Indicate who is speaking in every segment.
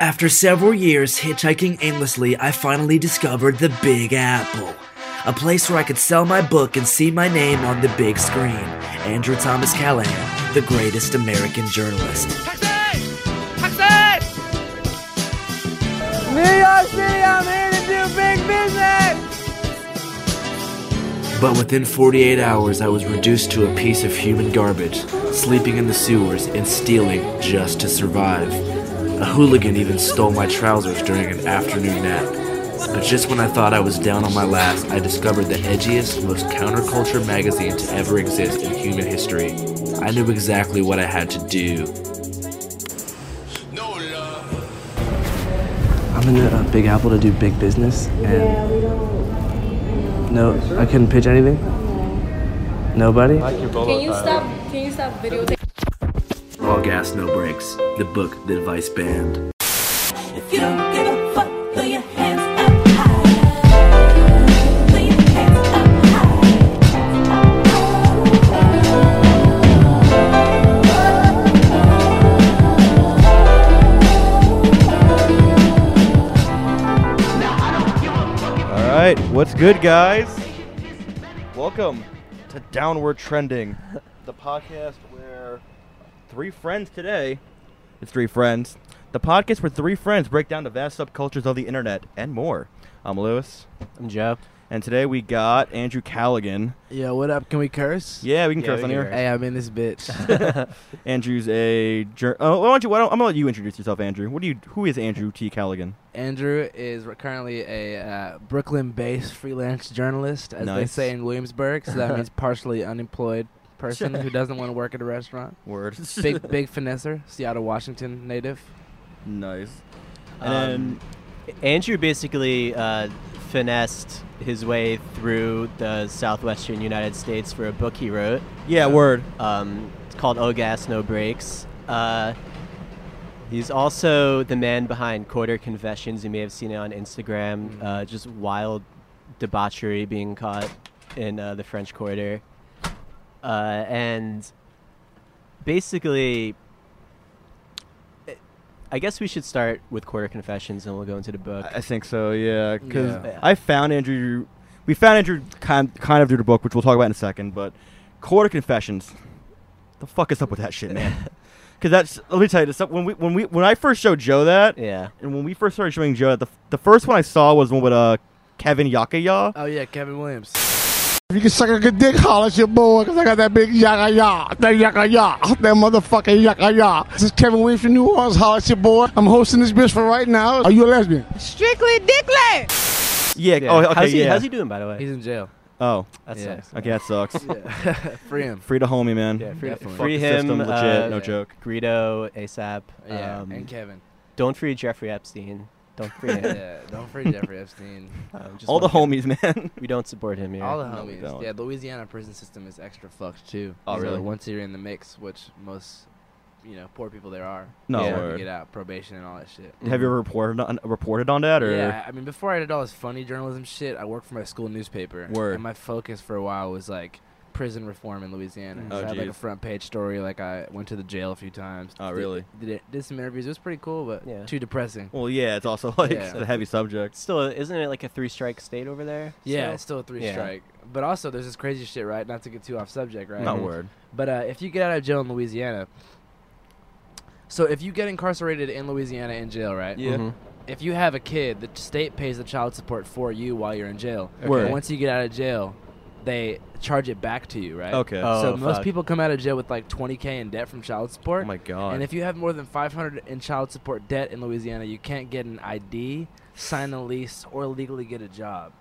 Speaker 1: After several years hitchhiking aimlessly, I finally discovered the Big Apple, a place where I could sell my book and see my name on the big screen. Andrew Thomas Callahan, the greatest American journalist.
Speaker 2: New York City, I'm here to do big business!
Speaker 1: But within 48 hours, I was reduced to a piece of human garbage, sleeping in the sewers and stealing just to survive. A hooligan even stole my trousers during an afternoon nap. But just when I thought I was down on my last, I discovered the edgiest, most counterculture magazine to ever exist in human history. I knew exactly what I had to do. I'm in the uh, Big Apple to do big business, and no, I couldn't pitch anything. Nobody.
Speaker 3: Can you stop? Can you stop videotaping?
Speaker 1: All gas, no brakes. The book, the advice band.
Speaker 4: If you don't give a fuck, throw your hands up high. Throw your hands up
Speaker 5: All right, what's good, guys? Welcome to Downward Trending, the podcast where three friends today, it's three friends, the podcast where three friends break down the vast subcultures of the internet and more. I'm Lewis,
Speaker 6: I'm Joe.
Speaker 5: and today we got Andrew Callaghan.
Speaker 6: Yo, what up? Can we curse?
Speaker 5: Yeah, we can
Speaker 6: Yeah,
Speaker 5: curse
Speaker 6: we
Speaker 5: on
Speaker 6: can
Speaker 5: here.
Speaker 6: Hey, I'm in this bitch.
Speaker 5: Andrew's a jur- oh, why don't you? Why don't, I'm gonna let you introduce yourself, Andrew. What do you? Who is Andrew T. Callaghan?
Speaker 6: Andrew is currently a uh, Brooklyn-based freelance journalist, as they
Speaker 5: Nice.
Speaker 6: say in Williamsburg. So that means partially unemployed person who doesn't want to work at a restaurant.
Speaker 5: Word.
Speaker 6: Big, big finesser, Seattle, Washington native.
Speaker 5: nice. And
Speaker 7: Um, Andrew basically uh, finessed his way through the southwestern United States for a book he wrote.
Speaker 5: then, yeah, word.
Speaker 7: Um, it's called Oh Gas, No Brakes. Uh, he's also the man behind Quarter Confessions. You may have seen it on Instagram.
Speaker 5: Mm-hmm.
Speaker 7: Uh, just wild debauchery being caught in uh, the French Quarter. Uh, and basically, I guess we should start with Quarter Confessions and we'll go into the book.
Speaker 5: I I think so, yeah. Because
Speaker 6: Yeah.
Speaker 5: I found Andrew. We found Andrew kind, kind of through the book, which we'll talk about in a second. But Quarter Confessions, the fuck is up with that shit, man? Because that's let me tell you this. When we when we when I first showed Joe that,
Speaker 7: yeah.
Speaker 5: and when we first started showing Joe that, the, the first one I saw was one with uh Kevin Yakaya.
Speaker 7: Uh,
Speaker 6: Oh yeah, Kevin Williams.
Speaker 8: If you can suck a good dick, holler at your boy, because I got that big yaka ya, that yaka ya, that motherfucking yaka ya. This is Kevin Williams from New Orleans, holler at your boy. I'm hosting this bitch for right now. Are you a lesbian?
Speaker 2: Strictly Dicklet!
Speaker 5: yeah. Oh, okay.
Speaker 7: how's, he,
Speaker 5: yeah.
Speaker 7: how's he doing, by the way?
Speaker 6: He's in jail.
Speaker 5: oh,
Speaker 7: that
Speaker 6: yeah.
Speaker 7: sucks.
Speaker 5: okay. That sucks.
Speaker 6: Free him.
Speaker 5: Free to homie, man.
Speaker 7: Yeah, free,
Speaker 6: Definitely.
Speaker 5: Fuck
Speaker 7: free
Speaker 5: the
Speaker 7: him.
Speaker 5: system, legit,
Speaker 7: uh,
Speaker 5: no
Speaker 6: yeah.
Speaker 5: joke.
Speaker 7: Greedo, ASAP.
Speaker 6: Yeah,
Speaker 7: um,
Speaker 6: and Kevin.
Speaker 7: don't free Jeffrey Epstein. Don't free him.
Speaker 6: Yeah, don't free Jeffrey Epstein.
Speaker 7: Um, just
Speaker 5: All the
Speaker 7: wanna
Speaker 5: homies, man.
Speaker 7: get- We don't support him here.
Speaker 6: All the
Speaker 5: No, we
Speaker 6: homies.
Speaker 5: don't.
Speaker 6: yeah, Louisiana prison system is extra fucked too.
Speaker 5: Oh,
Speaker 6: So
Speaker 5: really?
Speaker 6: once you're in the mix, which most, you know, poor people there are.
Speaker 5: No
Speaker 6: it's hard to
Speaker 5: word.
Speaker 6: get out probation and all that shit.
Speaker 5: Have you ever reported on reported on that or?
Speaker 6: Yeah, I mean, before I did all this funny journalism shit, I worked for my school newspaper.
Speaker 5: Word.
Speaker 6: And my focus for a while was like prison reform in Louisiana.
Speaker 5: Oh,
Speaker 6: so I had like a
Speaker 5: jeez.
Speaker 6: front page story. Like I went to the jail a few times.
Speaker 5: Oh,
Speaker 6: Did-
Speaker 5: really?
Speaker 6: Did, did some interviews. It was pretty cool, but
Speaker 7: Yeah.
Speaker 6: too depressing.
Speaker 5: Well, yeah. It's also like
Speaker 6: Yeah.
Speaker 5: a heavy subject.
Speaker 7: Still, isn't it like a three strike state over there?
Speaker 6: Yeah,
Speaker 7: still?
Speaker 6: it's still a three
Speaker 7: Yeah.
Speaker 6: strike. But also, there's this crazy shit, right? Not to get too off subject, right?
Speaker 5: Not word.
Speaker 6: But uh, if you get out of jail in Louisiana, so if you get incarcerated in Louisiana in jail, right?
Speaker 5: Yeah.
Speaker 7: Mhm.
Speaker 6: If you have a kid, the state pays the child support for you while you're in jail.
Speaker 5: Word.
Speaker 6: And once you get out of jail, they charge it back to you, right?
Speaker 5: Okay.
Speaker 7: Oh,
Speaker 6: so most
Speaker 7: fuck.
Speaker 6: people come out of jail with like 20k in debt from child support.
Speaker 5: Oh my god.
Speaker 6: And if you have more than 500 in child support debt in Louisiana, you can't get an ID, sign a lease, or legally get a job.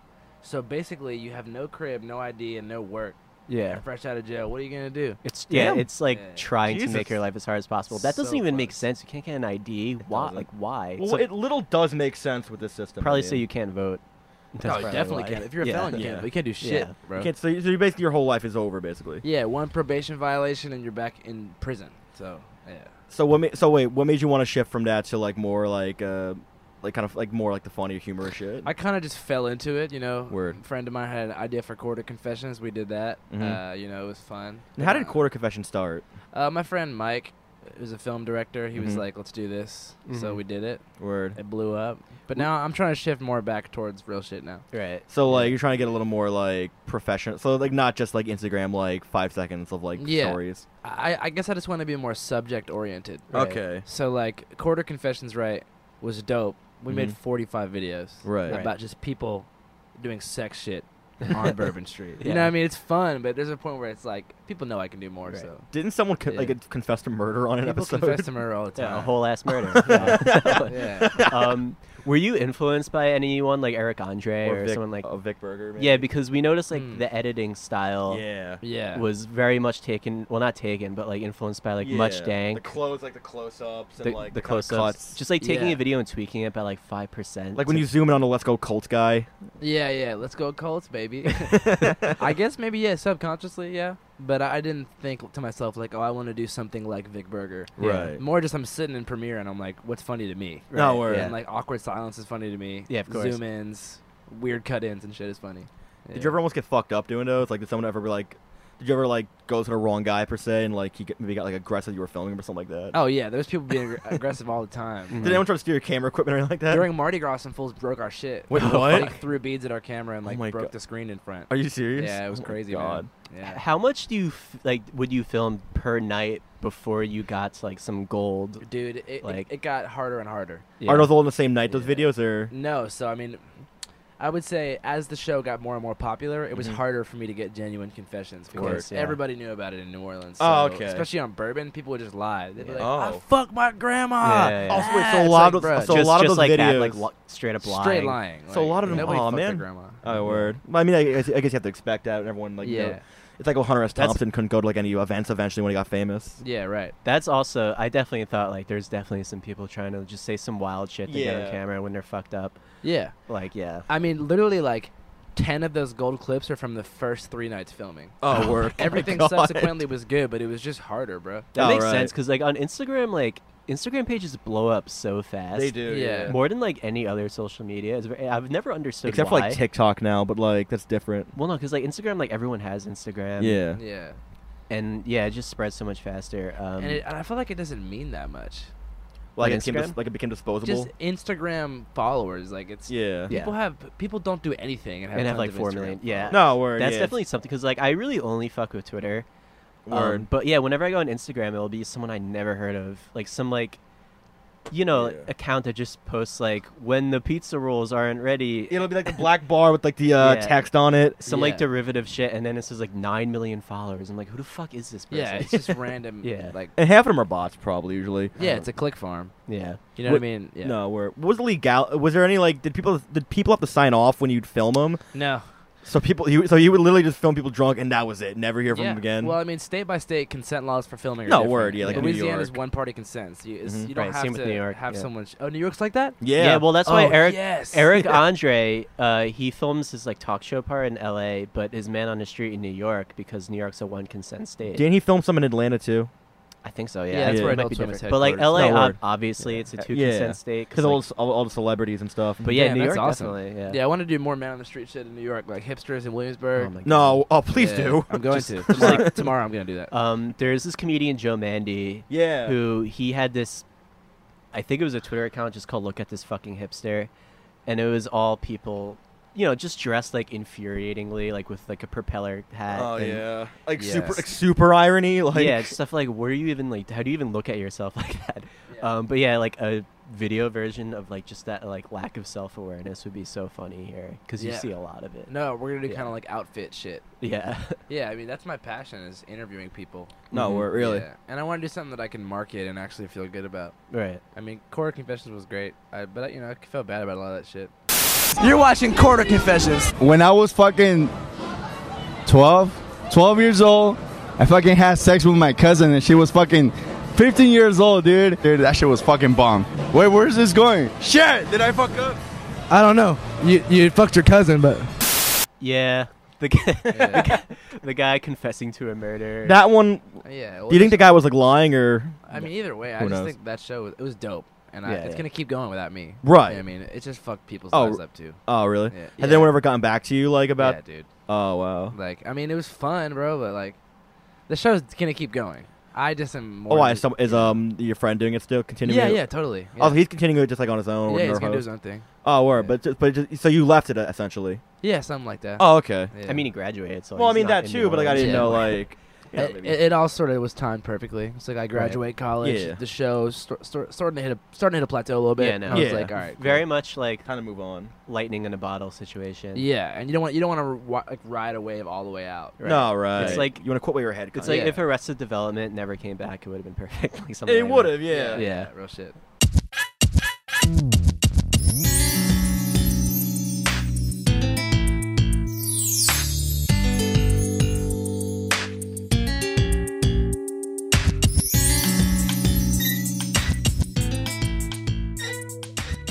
Speaker 6: So basically, you have no crib, no ID, and no work.
Speaker 7: Yeah.
Speaker 6: Fresh out of jail, what are you gonna do?
Speaker 7: It's yeah,
Speaker 5: Damn.
Speaker 7: it's like
Speaker 6: Yeah.
Speaker 7: trying to
Speaker 5: Jesus.
Speaker 7: make your life as hard as possible. That doesn't
Speaker 6: So
Speaker 7: even make
Speaker 6: close.
Speaker 7: sense. You can't get an ID. why?
Speaker 5: doesn't.
Speaker 7: Like why?
Speaker 5: Well,
Speaker 7: So-
Speaker 5: it little does make sense with this system.
Speaker 7: probably
Speaker 5: I
Speaker 7: so you can't vote. That's
Speaker 6: No, you
Speaker 7: probably
Speaker 6: definitely
Speaker 7: why.
Speaker 6: can. If you're a
Speaker 7: Yeah.
Speaker 6: felon, you
Speaker 5: Yeah.
Speaker 6: can't. But you can't do shit,
Speaker 7: Yeah.
Speaker 6: bro.
Speaker 5: can't. So, you- so you basically your whole life is over, basically.
Speaker 6: yeah, one probation violation and you're back in prison. So yeah.
Speaker 5: So what? Ma- so wait, what made you want to shift from that to like more like uh, like kind of like more like the funny humor shit?
Speaker 6: I kind of just fell into it, you know.
Speaker 5: Word.
Speaker 6: Friend of mine had an idea for quarter confessions. We did that.
Speaker 5: Mhm.
Speaker 6: Uh, you know, it was fun.
Speaker 5: and how did
Speaker 6: Uh,
Speaker 5: Quarter Confession start?
Speaker 6: Uh, my friend Mike, it was a film director. He was
Speaker 5: Mhm.
Speaker 6: like, "Let's do this," so
Speaker 7: Mhm.
Speaker 6: we did it.
Speaker 5: Word.
Speaker 6: It blew up. But now I'm trying to shift more back towards real shit now.
Speaker 7: Right.
Speaker 5: So like you're trying to get a little more like professional. So like not just like Instagram like five seconds of like
Speaker 6: Yeah.
Speaker 5: stories.
Speaker 6: I, I guess I just want to be more subject oriented.
Speaker 5: Okay.
Speaker 6: So like quarter confessions right was dope. We
Speaker 5: Mhm.
Speaker 6: made 45 videos
Speaker 5: Right.
Speaker 6: about
Speaker 7: Right.
Speaker 6: just people doing sex shit on Bourbon Street. You
Speaker 7: Yeah.
Speaker 6: know what I mean? It's fun, but there's a point where it's like people know I can do more.
Speaker 7: Right.
Speaker 6: So
Speaker 5: Didn't someone co-
Speaker 6: Yeah.
Speaker 5: like confess to murder on an
Speaker 6: people
Speaker 5: episode?
Speaker 6: confess to murder all the time.
Speaker 7: Yeah, a whole ass murder. Yeah.
Speaker 6: yeah.
Speaker 7: um, were you influenced by anyone like Eric Andre or,
Speaker 5: Vic,
Speaker 7: someone like?
Speaker 5: uh, Vic Oh. Berger. maybe?
Speaker 7: yeah, because we noticed like
Speaker 6: Hmm.
Speaker 7: the editing style
Speaker 5: yeah.
Speaker 6: yeah.
Speaker 7: was very much taken. Well, not taken, but like influenced by like Much
Speaker 5: Yeah.
Speaker 7: Dank.
Speaker 5: The clothes, like the close-ups and
Speaker 7: the,
Speaker 5: like
Speaker 7: the
Speaker 5: kind of
Speaker 7: close-ups,
Speaker 5: cuts.
Speaker 7: just like taking
Speaker 6: Yeah.
Speaker 7: a video and tweaking it by like five percent.
Speaker 5: like when you zoom in on the Let's Go Colts guy.
Speaker 6: Yeah, yeah. Let's go Colts, baby. I guess maybe yeah, subconsciously, yeah. But I, I didn't think to myself like, oh, I want to do something like Vic Berger.
Speaker 5: Right.
Speaker 6: More just I'm sitting in Premiere and I'm like, what's funny to me?
Speaker 5: No worries.
Speaker 7: Yeah.
Speaker 6: And like awkward silence is funny to me.
Speaker 7: Yeah, of course.
Speaker 6: Zoom ins, weird cut ins and shit is funny.
Speaker 5: Did you ever almost get fucked up doing those? Like, did someone ever be like, did you ever like go to the wrong guy per se and like he get, maybe got like aggressive? You were filming him or something like that.
Speaker 6: Oh yeah, there's people being aggr- aggressive all the time.
Speaker 5: Did anyone try to steal your camera equipment or anything like that?
Speaker 6: During Mardi Gras, some fools broke our shit.
Speaker 5: Wait, what?
Speaker 6: Like, threw beads at our camera and
Speaker 5: Oh
Speaker 6: like
Speaker 5: my
Speaker 6: broke
Speaker 5: God.
Speaker 6: the screen in front.
Speaker 5: Are you serious?
Speaker 6: Yeah, it was
Speaker 5: Oh my
Speaker 6: crazy,
Speaker 5: God.
Speaker 6: man. Yeah.
Speaker 7: how much do you f- like? Would you film per night before you got to, like some gold?
Speaker 6: Dude, it,
Speaker 7: Like-
Speaker 6: it, it got harder and harder.
Speaker 7: Yeah.
Speaker 5: Are those all in the same night? Those
Speaker 6: Yeah.
Speaker 5: videos or
Speaker 6: No, so I mean, I would say as the show got more and more popular, it was
Speaker 5: Mm-hmm.
Speaker 6: harder for me to get genuine confessions because
Speaker 7: course, yeah.
Speaker 6: everybody knew about it in New Orleans.
Speaker 5: Oh,
Speaker 6: so-
Speaker 5: okay.
Speaker 6: Especially on bourbon, people would just lie. They'd be like,
Speaker 5: Oh.
Speaker 6: "I fuck my grandma."
Speaker 7: Yeah, yeah, yeah.
Speaker 5: Oh, so wait, so a
Speaker 6: it's
Speaker 5: lot of
Speaker 6: bruh,
Speaker 5: those- so a
Speaker 7: just,
Speaker 5: lot of
Speaker 7: just
Speaker 5: those
Speaker 7: like that,
Speaker 5: videos-
Speaker 7: like lo- straight up lying.
Speaker 6: straight lying.
Speaker 5: So a lot of them-
Speaker 6: nobody
Speaker 5: aw,
Speaker 6: fucked their
Speaker 5: man.
Speaker 6: grandma.
Speaker 5: Oh, word. Well, I mean, I guess, I guess you have to expect that. and Everyone like, you know-
Speaker 6: Mm-hmm. Yeah.
Speaker 5: it's like well, Hunter S.
Speaker 7: That's-
Speaker 5: Thompson couldn't go to like any events eventually when he got famous.
Speaker 6: Yeah, right.
Speaker 7: That's also. I definitely thought like there's definitely some people trying to just say some wild shit to get
Speaker 5: Yeah.
Speaker 7: on camera when they're fucked up.
Speaker 6: Yeah,
Speaker 7: Like yeah.
Speaker 6: I mean, literally like. Ten of those gold clips are from the first three nights filming.
Speaker 5: Oh, word.
Speaker 6: Everything subsequently was good, but it was just harder, bro.
Speaker 7: That
Speaker 5: Oh,
Speaker 7: makes
Speaker 5: right.
Speaker 7: sense because like on Instagram, like Instagram pages blow up so fast.
Speaker 5: They do.
Speaker 6: Yeah.
Speaker 7: more than like any other social media. It's very- I've never understood
Speaker 5: Except for
Speaker 7: why.
Speaker 5: like TikTok now, but like that's different.
Speaker 7: Well, no, because like Instagram, like everyone has Instagram.
Speaker 5: Yeah.
Speaker 6: Yeah,
Speaker 7: and yeah, it just spreads so much faster. Um,
Speaker 6: and, it, and I feel like it doesn't mean that much.
Speaker 5: Like,
Speaker 7: Like
Speaker 5: it became dis-
Speaker 7: Instagram?
Speaker 5: like it became disposable.
Speaker 6: Just Instagram followers, like it's
Speaker 5: yeah.
Speaker 7: Yeah.
Speaker 6: People have people don't do anything and have,
Speaker 7: And have,
Speaker 6: tons
Speaker 7: like,
Speaker 6: of
Speaker 7: four
Speaker 6: Instagram
Speaker 7: million. Yeah.
Speaker 6: followers.
Speaker 5: No word.
Speaker 7: that's
Speaker 5: yeah.
Speaker 7: definitely something because like I really only fuck with Twitter. Um,
Speaker 5: Word.
Speaker 7: but yeah, whenever I go on Instagram, it'll be someone I never heard of, like some like, you know,
Speaker 5: Yeah.
Speaker 7: account that just posts like when the pizza rolls aren't ready.
Speaker 5: It'll be like the black bar with like the uh,
Speaker 7: Yeah.
Speaker 5: text on it.
Speaker 7: some
Speaker 6: Yeah.
Speaker 7: like derivative shit, and then it says like nine million followers. I'm like, who the fuck is this person?
Speaker 6: Yeah, it's just random.
Speaker 7: Yeah.
Speaker 6: like
Speaker 5: And half of them are bots, probably usually.
Speaker 6: yeah, it's a click farm.
Speaker 7: yeah.
Speaker 6: You know
Speaker 5: Wh-
Speaker 6: what I mean? Yeah.
Speaker 5: No, where was the legal? Was there any like did people did people have to sign off when you'd film them?
Speaker 6: no.
Speaker 5: So people, you, so you would literally just film people drunk, and that was it. Never hear from
Speaker 6: Yeah.
Speaker 5: them again.
Speaker 6: Well, I mean, state by state consent laws for filming. Are
Speaker 5: No,
Speaker 6: different.
Speaker 5: word, yeah, like New
Speaker 6: Louisiana is
Speaker 5: York.
Speaker 6: one party consent. So you, it's-
Speaker 5: Mhm.
Speaker 6: you don't
Speaker 7: Mm-hmm. Right,
Speaker 6: have
Speaker 7: same
Speaker 6: to
Speaker 7: with New York,
Speaker 6: have
Speaker 7: yeah.
Speaker 6: someone. Sh- oh, New York's like that.
Speaker 5: yeah.
Speaker 7: well, that's
Speaker 6: oh,
Speaker 7: why Eric
Speaker 6: Yes.
Speaker 7: Eric Andre, uh, he films his like talk show part in L.A., but his man on the street in New York because New York's a one consent state.
Speaker 5: didn't he film some in Atlanta too?
Speaker 7: I think so.
Speaker 6: Yeah,
Speaker 7: Yeah,
Speaker 6: that's
Speaker 5: Yeah.
Speaker 6: where
Speaker 5: It might
Speaker 6: Adult
Speaker 7: be
Speaker 6: Swim is
Speaker 7: different. But like
Speaker 6: headquartered.
Speaker 7: L.A.,
Speaker 5: No,
Speaker 7: ob-
Speaker 5: word.
Speaker 7: obviously it's a two
Speaker 5: Yeah.
Speaker 7: consent state. 'cause,
Speaker 5: Because all,
Speaker 7: like,
Speaker 5: s- all, all the celebrities and stuff.
Speaker 7: but yeah,
Speaker 6: Damn,
Speaker 7: New
Speaker 6: that's
Speaker 7: York
Speaker 6: awesome.
Speaker 7: definitely. Yeah.
Speaker 6: yeah, I want to do more man on the street shit in New York, like hipsters in Williamsburg.
Speaker 7: Oh my God.
Speaker 5: no, oh please
Speaker 6: Yeah,
Speaker 5: do.
Speaker 6: I'm going
Speaker 5: Just-
Speaker 6: to tomorrow. tomorrow I'm gonna do that.
Speaker 7: Um, there's this comedian Joe Mandy
Speaker 5: Yeah.
Speaker 7: who he had this I think it was a Twitter account just called Look at this fucking hipster and it was all people you know, just dressed like infuriatingly, like with like a propeller hat.
Speaker 5: Oh
Speaker 7: and-
Speaker 5: yeah. Like
Speaker 6: Yeah.
Speaker 5: super, like super irony. Like
Speaker 7: yeah, it's stuff like where do you even like how do you even look at yourself like that? Um, but yeah, like a video version of like just that like lack of self awareness would be so funny here because you
Speaker 6: Yeah.
Speaker 7: see a lot of it.
Speaker 6: No, we're gonna do
Speaker 7: Yeah.
Speaker 6: kind of like outfit shit.
Speaker 7: Yeah,
Speaker 6: Yeah, I mean that's my passion is interviewing people.
Speaker 5: no,
Speaker 7: Mhm.
Speaker 5: we're really.
Speaker 6: Yeah. And I want to do something that I can market and actually feel good about.
Speaker 7: right.
Speaker 6: I mean, Core Confessions was great, I, but I, you know, I felt bad about a lot of that shit.
Speaker 2: You're watching Quarter Confessions.
Speaker 9: when I was fucking 12, 12 years old, I fucking had sex with my cousin and she was fucking 15 years old, dude. Dude, that shit was fucking bomb. Wait, where's this going? Shit, did I fuck up?
Speaker 2: I don't know. You you fucked your cousin, but
Speaker 7: Yeah, the guy,
Speaker 6: Yeah.
Speaker 7: the guy confessing to a murder.
Speaker 5: That one.
Speaker 6: yeah. well,
Speaker 5: Do you think the guy was like lying or?
Speaker 6: I mean, either way, I
Speaker 5: Who
Speaker 6: just
Speaker 5: knows?
Speaker 6: think that show was it was dope, and I,
Speaker 7: Yeah,
Speaker 6: it's
Speaker 7: yeah.
Speaker 6: gonna keep going without me.
Speaker 5: Right.
Speaker 6: You know what I mean, it just fucked people's
Speaker 5: Oh,
Speaker 6: lives up too.
Speaker 5: Oh really?
Speaker 6: Yeah.
Speaker 5: Has
Speaker 6: Yeah.
Speaker 5: anyone ever gotten back to you like about?
Speaker 6: yeah, dude.
Speaker 5: Oh wow.
Speaker 6: Like, I mean, it was fun, bro, but like, the show's gonna keep going. I just am. More
Speaker 5: Oh, why? Is, some, is um your friend doing it still? Continuing?
Speaker 6: yeah,
Speaker 5: it?
Speaker 6: yeah, totally. Yeah,
Speaker 5: Oh, he's continuing it just like on his own. with
Speaker 6: yeah
Speaker 5: no
Speaker 6: he's gonna do his
Speaker 5: host.
Speaker 6: own thing.
Speaker 5: Oh, word.
Speaker 6: Yeah.
Speaker 5: But just, but just, so you left it uh, essentially.
Speaker 6: Yeah, something like that.
Speaker 5: Oh, okay.
Speaker 6: Yeah.
Speaker 7: I mean, he graduated. So
Speaker 5: Well, I
Speaker 7: he's
Speaker 5: mean
Speaker 7: not
Speaker 5: that
Speaker 7: in
Speaker 5: too,
Speaker 7: New
Speaker 5: but like I
Speaker 7: Orleans
Speaker 5: didn't know
Speaker 7: anymore.
Speaker 5: like. you know,
Speaker 6: it,
Speaker 5: maybe-
Speaker 6: it, it all sort of was timed perfectly. It's like I graduate college,
Speaker 5: Yeah.
Speaker 6: the show st- st- starting to hit a starting to hit a plateau a little bit.
Speaker 7: Yeah,
Speaker 6: and
Speaker 7: no.
Speaker 6: I was
Speaker 5: Yeah.
Speaker 6: like, all right, cool.
Speaker 7: Very much like
Speaker 5: Time to move on.
Speaker 7: lightning in a bottle situation.
Speaker 6: Yeah, and you don't want you don't want to like ride a wave all the way out.
Speaker 7: Right.
Speaker 5: No, right.
Speaker 7: It's like-
Speaker 5: you want to quit while you're ahead.
Speaker 7: It's
Speaker 5: kinda.
Speaker 7: like
Speaker 6: Yeah.
Speaker 7: if Arrested Development never came back, it would have been perfect. Like something
Speaker 5: it
Speaker 7: like
Speaker 5: would
Speaker 7: that.
Speaker 5: have, yeah.
Speaker 7: Yeah.
Speaker 6: real shit.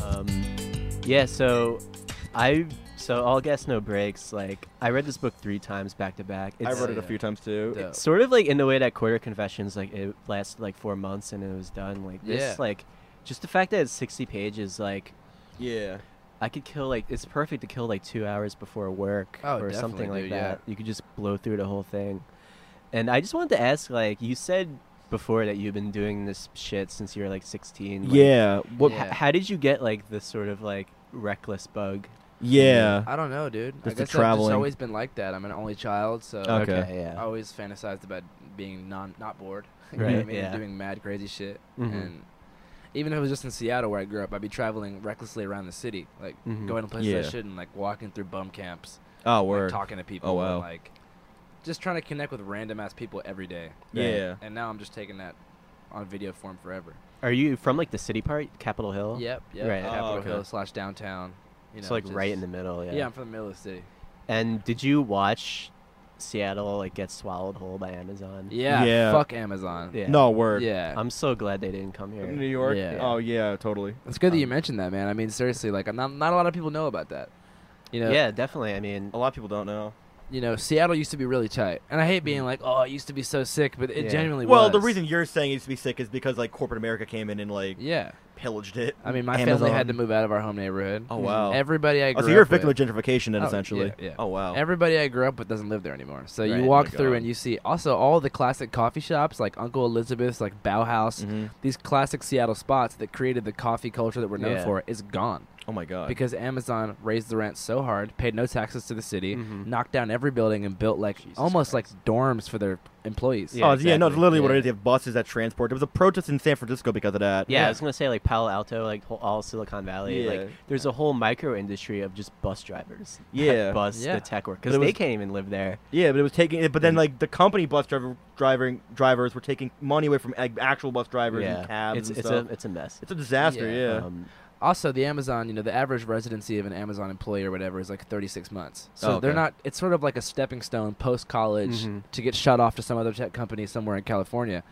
Speaker 7: Um, yeah. So I so all gas no breaks. Like I read this book three times back to back.
Speaker 5: I
Speaker 7: It's uh,
Speaker 5: read it a
Speaker 6: Yeah.
Speaker 5: few times too.
Speaker 6: Dope.
Speaker 7: sort of like in the way that Quarter Confessions like it lasted like four months and it was done. Like this
Speaker 6: Yeah.
Speaker 7: like just the fact that it's sixty pages like.
Speaker 5: Yeah.
Speaker 7: I could kill like it's perfect to kill like two hours before work
Speaker 6: Oh,
Speaker 7: or something
Speaker 6: definitely,
Speaker 7: like
Speaker 6: dude, yeah.
Speaker 7: that. You could just blow through the whole thing. And I just wanted to ask, like, you said before that you've been doing this shit since you were like sixteen. like,
Speaker 5: Yeah. What?
Speaker 7: h-
Speaker 6: Yeah.
Speaker 7: how did you get like this sort of like reckless bug?
Speaker 5: Yeah.
Speaker 6: I don't know, dude. I
Speaker 5: Just the
Speaker 6: guess I've just
Speaker 5: traveling.
Speaker 6: always been like that. I'm an only child, so
Speaker 5: Okay.
Speaker 6: I
Speaker 5: Oh.
Speaker 7: yeah.
Speaker 6: always fantasized about being non not bored. You know what I
Speaker 7: Right,
Speaker 6: mean?
Speaker 7: yeah.
Speaker 6: Doing mad crazy shit.
Speaker 7: Mhm.
Speaker 5: Mm-hmm.
Speaker 6: And even if it was just in Seattle where I grew up, I'd be traveling recklessly around the city, like
Speaker 7: Mhm.
Speaker 6: going to places
Speaker 5: Mm-hmm. Yeah.
Speaker 6: I shouldn't, like walking through bum camps,
Speaker 5: Oh,
Speaker 6: like,
Speaker 5: word.
Speaker 6: talking to people,
Speaker 5: Oh,
Speaker 6: and,
Speaker 5: wow.
Speaker 6: like just trying to connect with random ass people every day.
Speaker 5: Yeah.
Speaker 6: And now I'm just taking that on video form forever.
Speaker 7: Are you from like the city part, Capitol Hill?
Speaker 6: Yep, yep.
Speaker 7: Right. Oh,
Speaker 6: Capitol
Speaker 5: okay.
Speaker 6: Hill slash downtown. You
Speaker 7: It's
Speaker 6: know,
Speaker 7: so, like right
Speaker 6: just-
Speaker 7: in the middle. Yeah.
Speaker 6: Yeah. I'm from the middle of the city.
Speaker 7: And did you watch Seattle like get swallowed whole by Amazon?
Speaker 6: Yeah.
Speaker 5: Yeah.
Speaker 6: Fuck Amazon.
Speaker 7: Mm-hmm. Yeah.
Speaker 5: No word.
Speaker 6: Yeah.
Speaker 7: I'm so glad they didn't come here.
Speaker 5: From New York.
Speaker 6: Yeah.
Speaker 5: Oh yeah, totally.
Speaker 6: it's good that you
Speaker 7: um,
Speaker 6: mentioned that, man. I mean, seriously, like, I'm not not a lot of people know about that. You know,
Speaker 7: yeah, definitely. I mean,
Speaker 5: A lot of people don't know.
Speaker 6: you know, Seattle used to be really tight, and I hate being like, oh, it used to be so sick, but it
Speaker 7: Mm-hmm. Yeah.
Speaker 6: genuinely
Speaker 5: well,
Speaker 6: was.
Speaker 5: the reason you're saying it used to be sick is because like corporate America came in and like
Speaker 6: Yeah,
Speaker 5: pillaged it.
Speaker 6: I mean, my family had to move out of our home neighborhood.
Speaker 5: Oh, wow.
Speaker 6: Everybody I
Speaker 5: Oh,
Speaker 6: grew
Speaker 5: so you're a
Speaker 6: up with,
Speaker 5: victim of gentrification then,
Speaker 6: Oh,
Speaker 5: essentially.
Speaker 6: yeah, yeah.
Speaker 5: Oh wow.
Speaker 6: Everybody I grew up with doesn't live there anymore. So
Speaker 5: Right.
Speaker 6: you
Speaker 5: Oh my
Speaker 6: walk through
Speaker 5: God.
Speaker 6: and you see also all the classic coffee shops like Uncle Elizabeth's, like Bauhaus,
Speaker 5: Mhm.
Speaker 6: these classic Seattle spots that created the coffee culture that we're known
Speaker 7: Yeah.
Speaker 6: for is gone
Speaker 5: Oh my god.
Speaker 6: because Amazon raised the rent so hard, paid no taxes to the city,
Speaker 5: Mm-hmm.
Speaker 7: Mhm.
Speaker 6: knocked down every building, and built like almost like dorms for their employees.
Speaker 7: Yeah,
Speaker 5: oh yeah, no, it's
Speaker 7: exactly.
Speaker 5: literally what it
Speaker 6: Yeah.
Speaker 5: is. They have buses that transport. There was a protest in San Francisco because of that.
Speaker 7: Yeah, I was gonna say like Palo Alto, like whole, all Silicon Valley.
Speaker 5: Yeah.
Speaker 7: Like there's a whole micro industry of just bus drivers. that
Speaker 5: Yeah.
Speaker 7: bus
Speaker 6: Yeah.
Speaker 7: the tech work
Speaker 5: But it
Speaker 7: because they
Speaker 5: was-
Speaker 7: can't even live there.
Speaker 5: Yeah, but it was taking. it- But then like the company bus driver driving drivers were taking money away from like, actual bus drivers and
Speaker 7: Yeah,
Speaker 5: cabs
Speaker 7: it's
Speaker 5: and
Speaker 7: it's
Speaker 5: stuff.
Speaker 7: a it's a mess.
Speaker 5: it's a disaster.
Speaker 6: Yeah. Oh,
Speaker 5: Yeah.
Speaker 7: Um,
Speaker 6: Also, the Amazon, you know, the average residency of an Amazon employee or whatever is like 36 months. So
Speaker 5: Oh, okay. Mm-hmm.
Speaker 6: they're not, it's sort of like a stepping stone post college
Speaker 7: Mhm.
Speaker 6: to get shut off to some other tech company somewhere in California.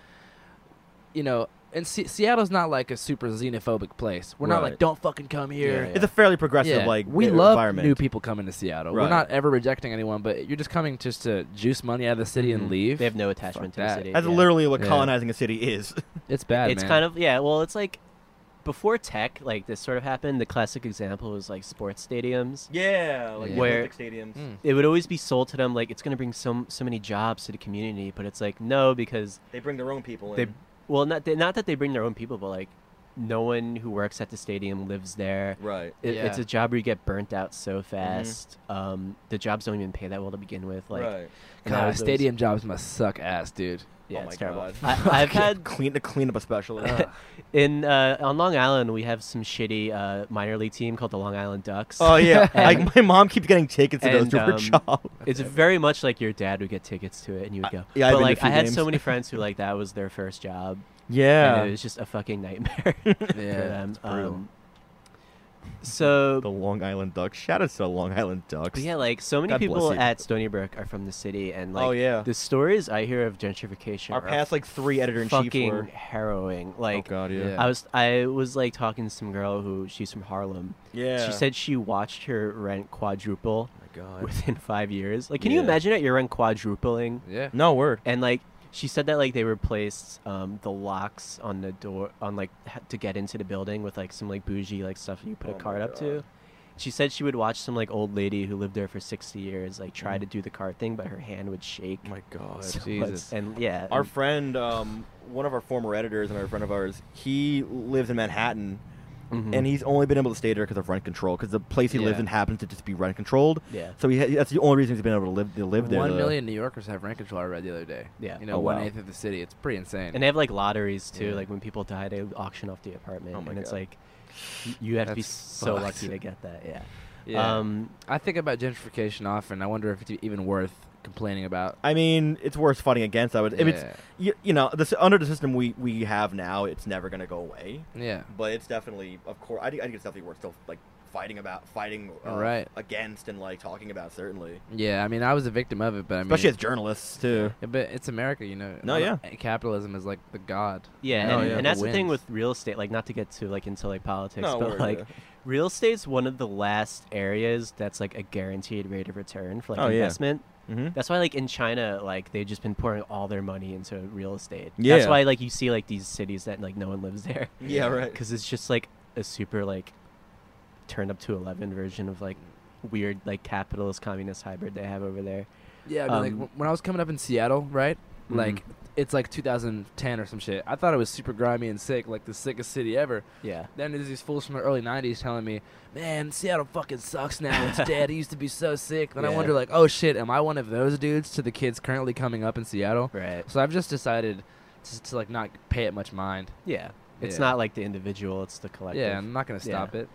Speaker 6: You know, and Se- Seattle's not like a super xenophobic place. We're not
Speaker 5: Right.
Speaker 6: like, don't fucking come here.
Speaker 7: Yeah,
Speaker 5: It's a fairly progressive
Speaker 6: Yeah,
Speaker 5: like
Speaker 6: we
Speaker 5: uh,
Speaker 6: love
Speaker 5: environment.
Speaker 6: new people coming to Seattle. We're
Speaker 5: Right.
Speaker 6: not ever rejecting anyone, but you're just coming just to juice money out of the city
Speaker 7: mhm.
Speaker 6: and
Speaker 5: Mm-hmm.
Speaker 6: leave.
Speaker 7: They have no attachment to the
Speaker 6: that.
Speaker 7: city.
Speaker 5: That's
Speaker 7: yeah.
Speaker 5: literally what
Speaker 6: Yeah.
Speaker 5: colonizing a city is.
Speaker 6: it's bad.
Speaker 7: it's
Speaker 6: man.
Speaker 7: kind of yeah. Well, it's like before tech, like this sort of happened. The classic example was like sports stadiums.
Speaker 5: yeah,
Speaker 6: like
Speaker 7: Where- Olympic
Speaker 5: stadiums.
Speaker 6: Mm.
Speaker 7: It would always be sold to them like it's gonna bring so so many jobs to the community, but it's like no because
Speaker 5: They bring their own people
Speaker 7: they well not they, not that they bring their own people, but like no one who works at the stadium lives there.
Speaker 5: right.
Speaker 7: It, It's
Speaker 6: Yeah.
Speaker 7: a job where you get burnt out so fast. Um, the jobs don't even pay that well to begin with. Like, and that
Speaker 6: God,
Speaker 7: was- that was-
Speaker 6: stadium jobs must suck ass, dude.
Speaker 7: Yeah,
Speaker 5: oh my
Speaker 7: it's terrible.
Speaker 5: god.
Speaker 7: I, I've had
Speaker 5: clean the cleanup especially.
Speaker 7: in uh, on Long Island. We have some shitty uh, minor league team called the Long Island Ducks.
Speaker 5: oh yeah,
Speaker 7: And-
Speaker 5: like my mom keeps getting tickets to those
Speaker 7: and,
Speaker 5: to her
Speaker 7: um,
Speaker 5: job.
Speaker 7: it's very much like your dad would get tickets to it and you would go.
Speaker 5: yeah, I've been to
Speaker 7: but
Speaker 5: a
Speaker 7: like
Speaker 5: few
Speaker 7: I had so
Speaker 5: games.
Speaker 7: many friends who like that was their first job. and it
Speaker 5: Yeah,
Speaker 7: was just a fucking nightmare for
Speaker 6: Yeah.
Speaker 7: them.
Speaker 5: brutal.
Speaker 7: Um, so
Speaker 5: the Long Island Ducks. Shout out to the Long Island Ducks.
Speaker 7: But yeah, like so many
Speaker 5: God bless
Speaker 7: people
Speaker 5: you.
Speaker 7: at Stony Brook are from the city, and like
Speaker 5: Oh, yeah.
Speaker 7: the stories I hear of gentrification
Speaker 5: our
Speaker 7: are
Speaker 5: past like three editor in chief
Speaker 7: fucking
Speaker 5: were.
Speaker 7: harrowing. Like
Speaker 5: oh god, yeah.
Speaker 6: Yeah.
Speaker 7: I was I was like talking to some girl who she's from Harlem.
Speaker 5: Yeah. Oh
Speaker 7: She said she watched her rent quadruple
Speaker 5: my god.
Speaker 7: within five years. Like, can you
Speaker 5: Yeah.
Speaker 7: imagine that your rent quadrupling?
Speaker 6: Yeah.
Speaker 5: No word.
Speaker 7: And like she said that like they replaced um, the locks on the door on like ha- to get into the building with like some like bougie like stuff you put
Speaker 5: Oh
Speaker 7: a
Speaker 5: my
Speaker 7: card up to.
Speaker 5: God.
Speaker 7: She said she would watch some like old lady who lived there for 60 years like try to do the car thing, but her hand would shake.
Speaker 5: Mm. My God,
Speaker 7: So it's-
Speaker 5: Jesus.
Speaker 7: And yeah,
Speaker 5: Our
Speaker 7: and-
Speaker 5: friend, um, one of our former editors and our friend of ours, he lives in Manhattan,
Speaker 7: Mhm.
Speaker 5: and he's only been able to stay there because of rent control. Because the place he lives
Speaker 7: Yeah.
Speaker 5: in happens to just be rent controlled.
Speaker 7: Yeah.
Speaker 5: So he ha- that's the only reason he's been able to live to live there.
Speaker 6: One
Speaker 5: though.
Speaker 6: million New Yorkers have rent control. I read the other day.
Speaker 7: Yeah.
Speaker 6: you know,
Speaker 5: Oh,
Speaker 6: one
Speaker 5: wow.
Speaker 6: eighth of the city. It's pretty insane.
Speaker 7: and they have like lotteries too.
Speaker 6: Yeah.
Speaker 7: Like when people die, they auction off the apartment,
Speaker 5: Oh my
Speaker 7: and it's
Speaker 5: God.
Speaker 7: like y- you have to be
Speaker 6: That's
Speaker 7: so
Speaker 6: fucked.
Speaker 7: lucky to get that. Yeah.
Speaker 6: yeah.
Speaker 7: Um,
Speaker 6: I think about gentrification often. I wonder if it's even worth complaining about.
Speaker 5: I mean, it's worth fighting against. I would. If it's
Speaker 6: Yeah.
Speaker 5: you, you know, this under the system we we have now, it's never gonna go away.
Speaker 6: Yeah,
Speaker 5: But it's definitely, of course, I think, I think it's definitely worth still like fighting about, fighting uh,
Speaker 6: Right.
Speaker 5: against, and like talking about certainly,
Speaker 6: yeah. I mean, I was a victim of it, but I mean,
Speaker 5: especially as journalists too.
Speaker 6: Yeah, but it's America, you know.
Speaker 5: No,
Speaker 6: Mon-
Speaker 5: yeah.
Speaker 6: uh, Capitalism is like the god.
Speaker 7: yeah,
Speaker 5: No,
Speaker 7: and,
Speaker 5: yeah.
Speaker 7: and that's the thing with
Speaker 6: wins.
Speaker 7: real estate. Like, not to get to like into like politics,
Speaker 5: No,
Speaker 7: but
Speaker 5: we're-
Speaker 7: like
Speaker 5: yeah.
Speaker 7: real estate's one of the last areas that's like a guaranteed rate of return for like
Speaker 5: Oh, yeah.
Speaker 7: investment.
Speaker 5: Mm-hmm.
Speaker 7: That's why like in China, like they've just been pouring all their money into real estate.
Speaker 5: Yeah.
Speaker 7: That's why like you see like these cities that like no one lives there.
Speaker 5: Yeah, right.
Speaker 7: because it's just like a super like turned up to 11 version of like weird like capitalist communist hybrid they have over there
Speaker 6: Yeah, I mean, like
Speaker 7: Um,
Speaker 6: wh- when I was coming up in Seattle, right? Like it's like 2010 or some shit. I thought it was super grimy and sick, like the sickest city ever.
Speaker 7: yeah
Speaker 6: Then there's these fools from the early '90s telling me, "Man, Seattle fucking sucks now. It's dead. It used to be so sick." Then I
Speaker 7: Yeah.
Speaker 6: wonder, like, "Oh shit, am I one of those dudes?" To the kids currently coming up in Seattle.
Speaker 7: right
Speaker 6: So I've just decided to, to like not pay it much mind.
Speaker 7: yeah it's
Speaker 6: Yeah.
Speaker 7: not like the individual it's the collective
Speaker 6: yeah, I'm not gonna stop it.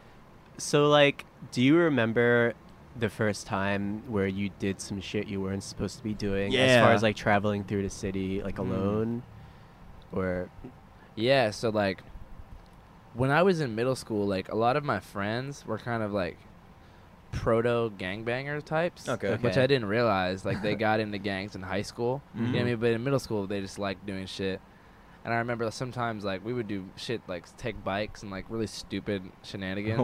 Speaker 7: so like do you remember the first time where you did some shit you weren't supposed to be doing as
Speaker 5: Yeah. Mm.
Speaker 7: far as like traveling through the city like alone or
Speaker 6: Yeah, so like when I was in middle school, like a lot of my friends were kind of like proto gangbanger types.
Speaker 5: Okay.
Speaker 6: Which
Speaker 7: Okay.
Speaker 6: I didn't realize. Like they got into gangs in high school. You know what I
Speaker 5: Mhm.
Speaker 6: mean? But in middle school they just liked doing shit. And I remember sometimes like we would do shit like take bikes and like really stupid
Speaker 7: Oh,
Speaker 6: shenanigans.